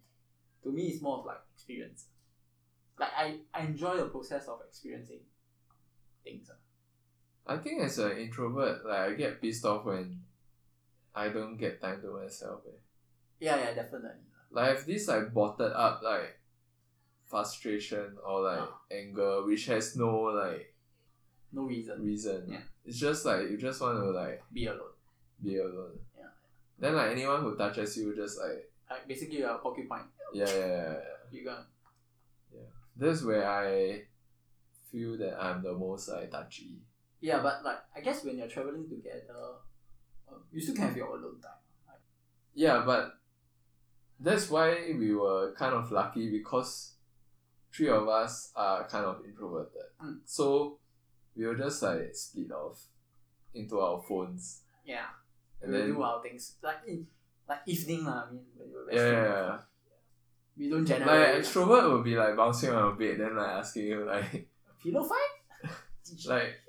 Speaker 2: To me it's more of like experience. Like I, I enjoy the process of experiencing things. ah.
Speaker 1: I think as an introvert, like I get pissed off when I don't get time to myself. eh.
Speaker 2: Yeah, yeah, definitely.
Speaker 1: Like I have this like bottled up like frustration or like
Speaker 2: Ah.
Speaker 1: anger, which has no like
Speaker 2: No reason.
Speaker 1: reason.
Speaker 2: Yeah.
Speaker 1: It's just like you just want to like
Speaker 2: Be alone.
Speaker 1: be alone.
Speaker 2: Yeah.
Speaker 1: Then like anyone who touches you, just like
Speaker 2: Like basically you're a porcupine.
Speaker 1: yeah, yeah, yeah, yeah.
Speaker 2: You're gonna
Speaker 1: That's where I feel that I'm the most like touchy.
Speaker 2: Yeah, but like I guess when you're traveling together, um, you still can have your alone time.
Speaker 1: Yeah, but that's why we were kind of lucky because three of us are kind of introverted.
Speaker 2: Mm.
Speaker 1: So we were just like split off into our phones.
Speaker 2: Yeah,
Speaker 1: And
Speaker 2: we
Speaker 1: then
Speaker 2: do our things like in like evening lah. I mean, when we're
Speaker 1: yeah,
Speaker 2: resting.
Speaker 1: yeah, yeah.
Speaker 2: We don't generate
Speaker 1: Like extrovert will be like bouncing on your bed, then like asking you like
Speaker 2: pillow fight.
Speaker 1: like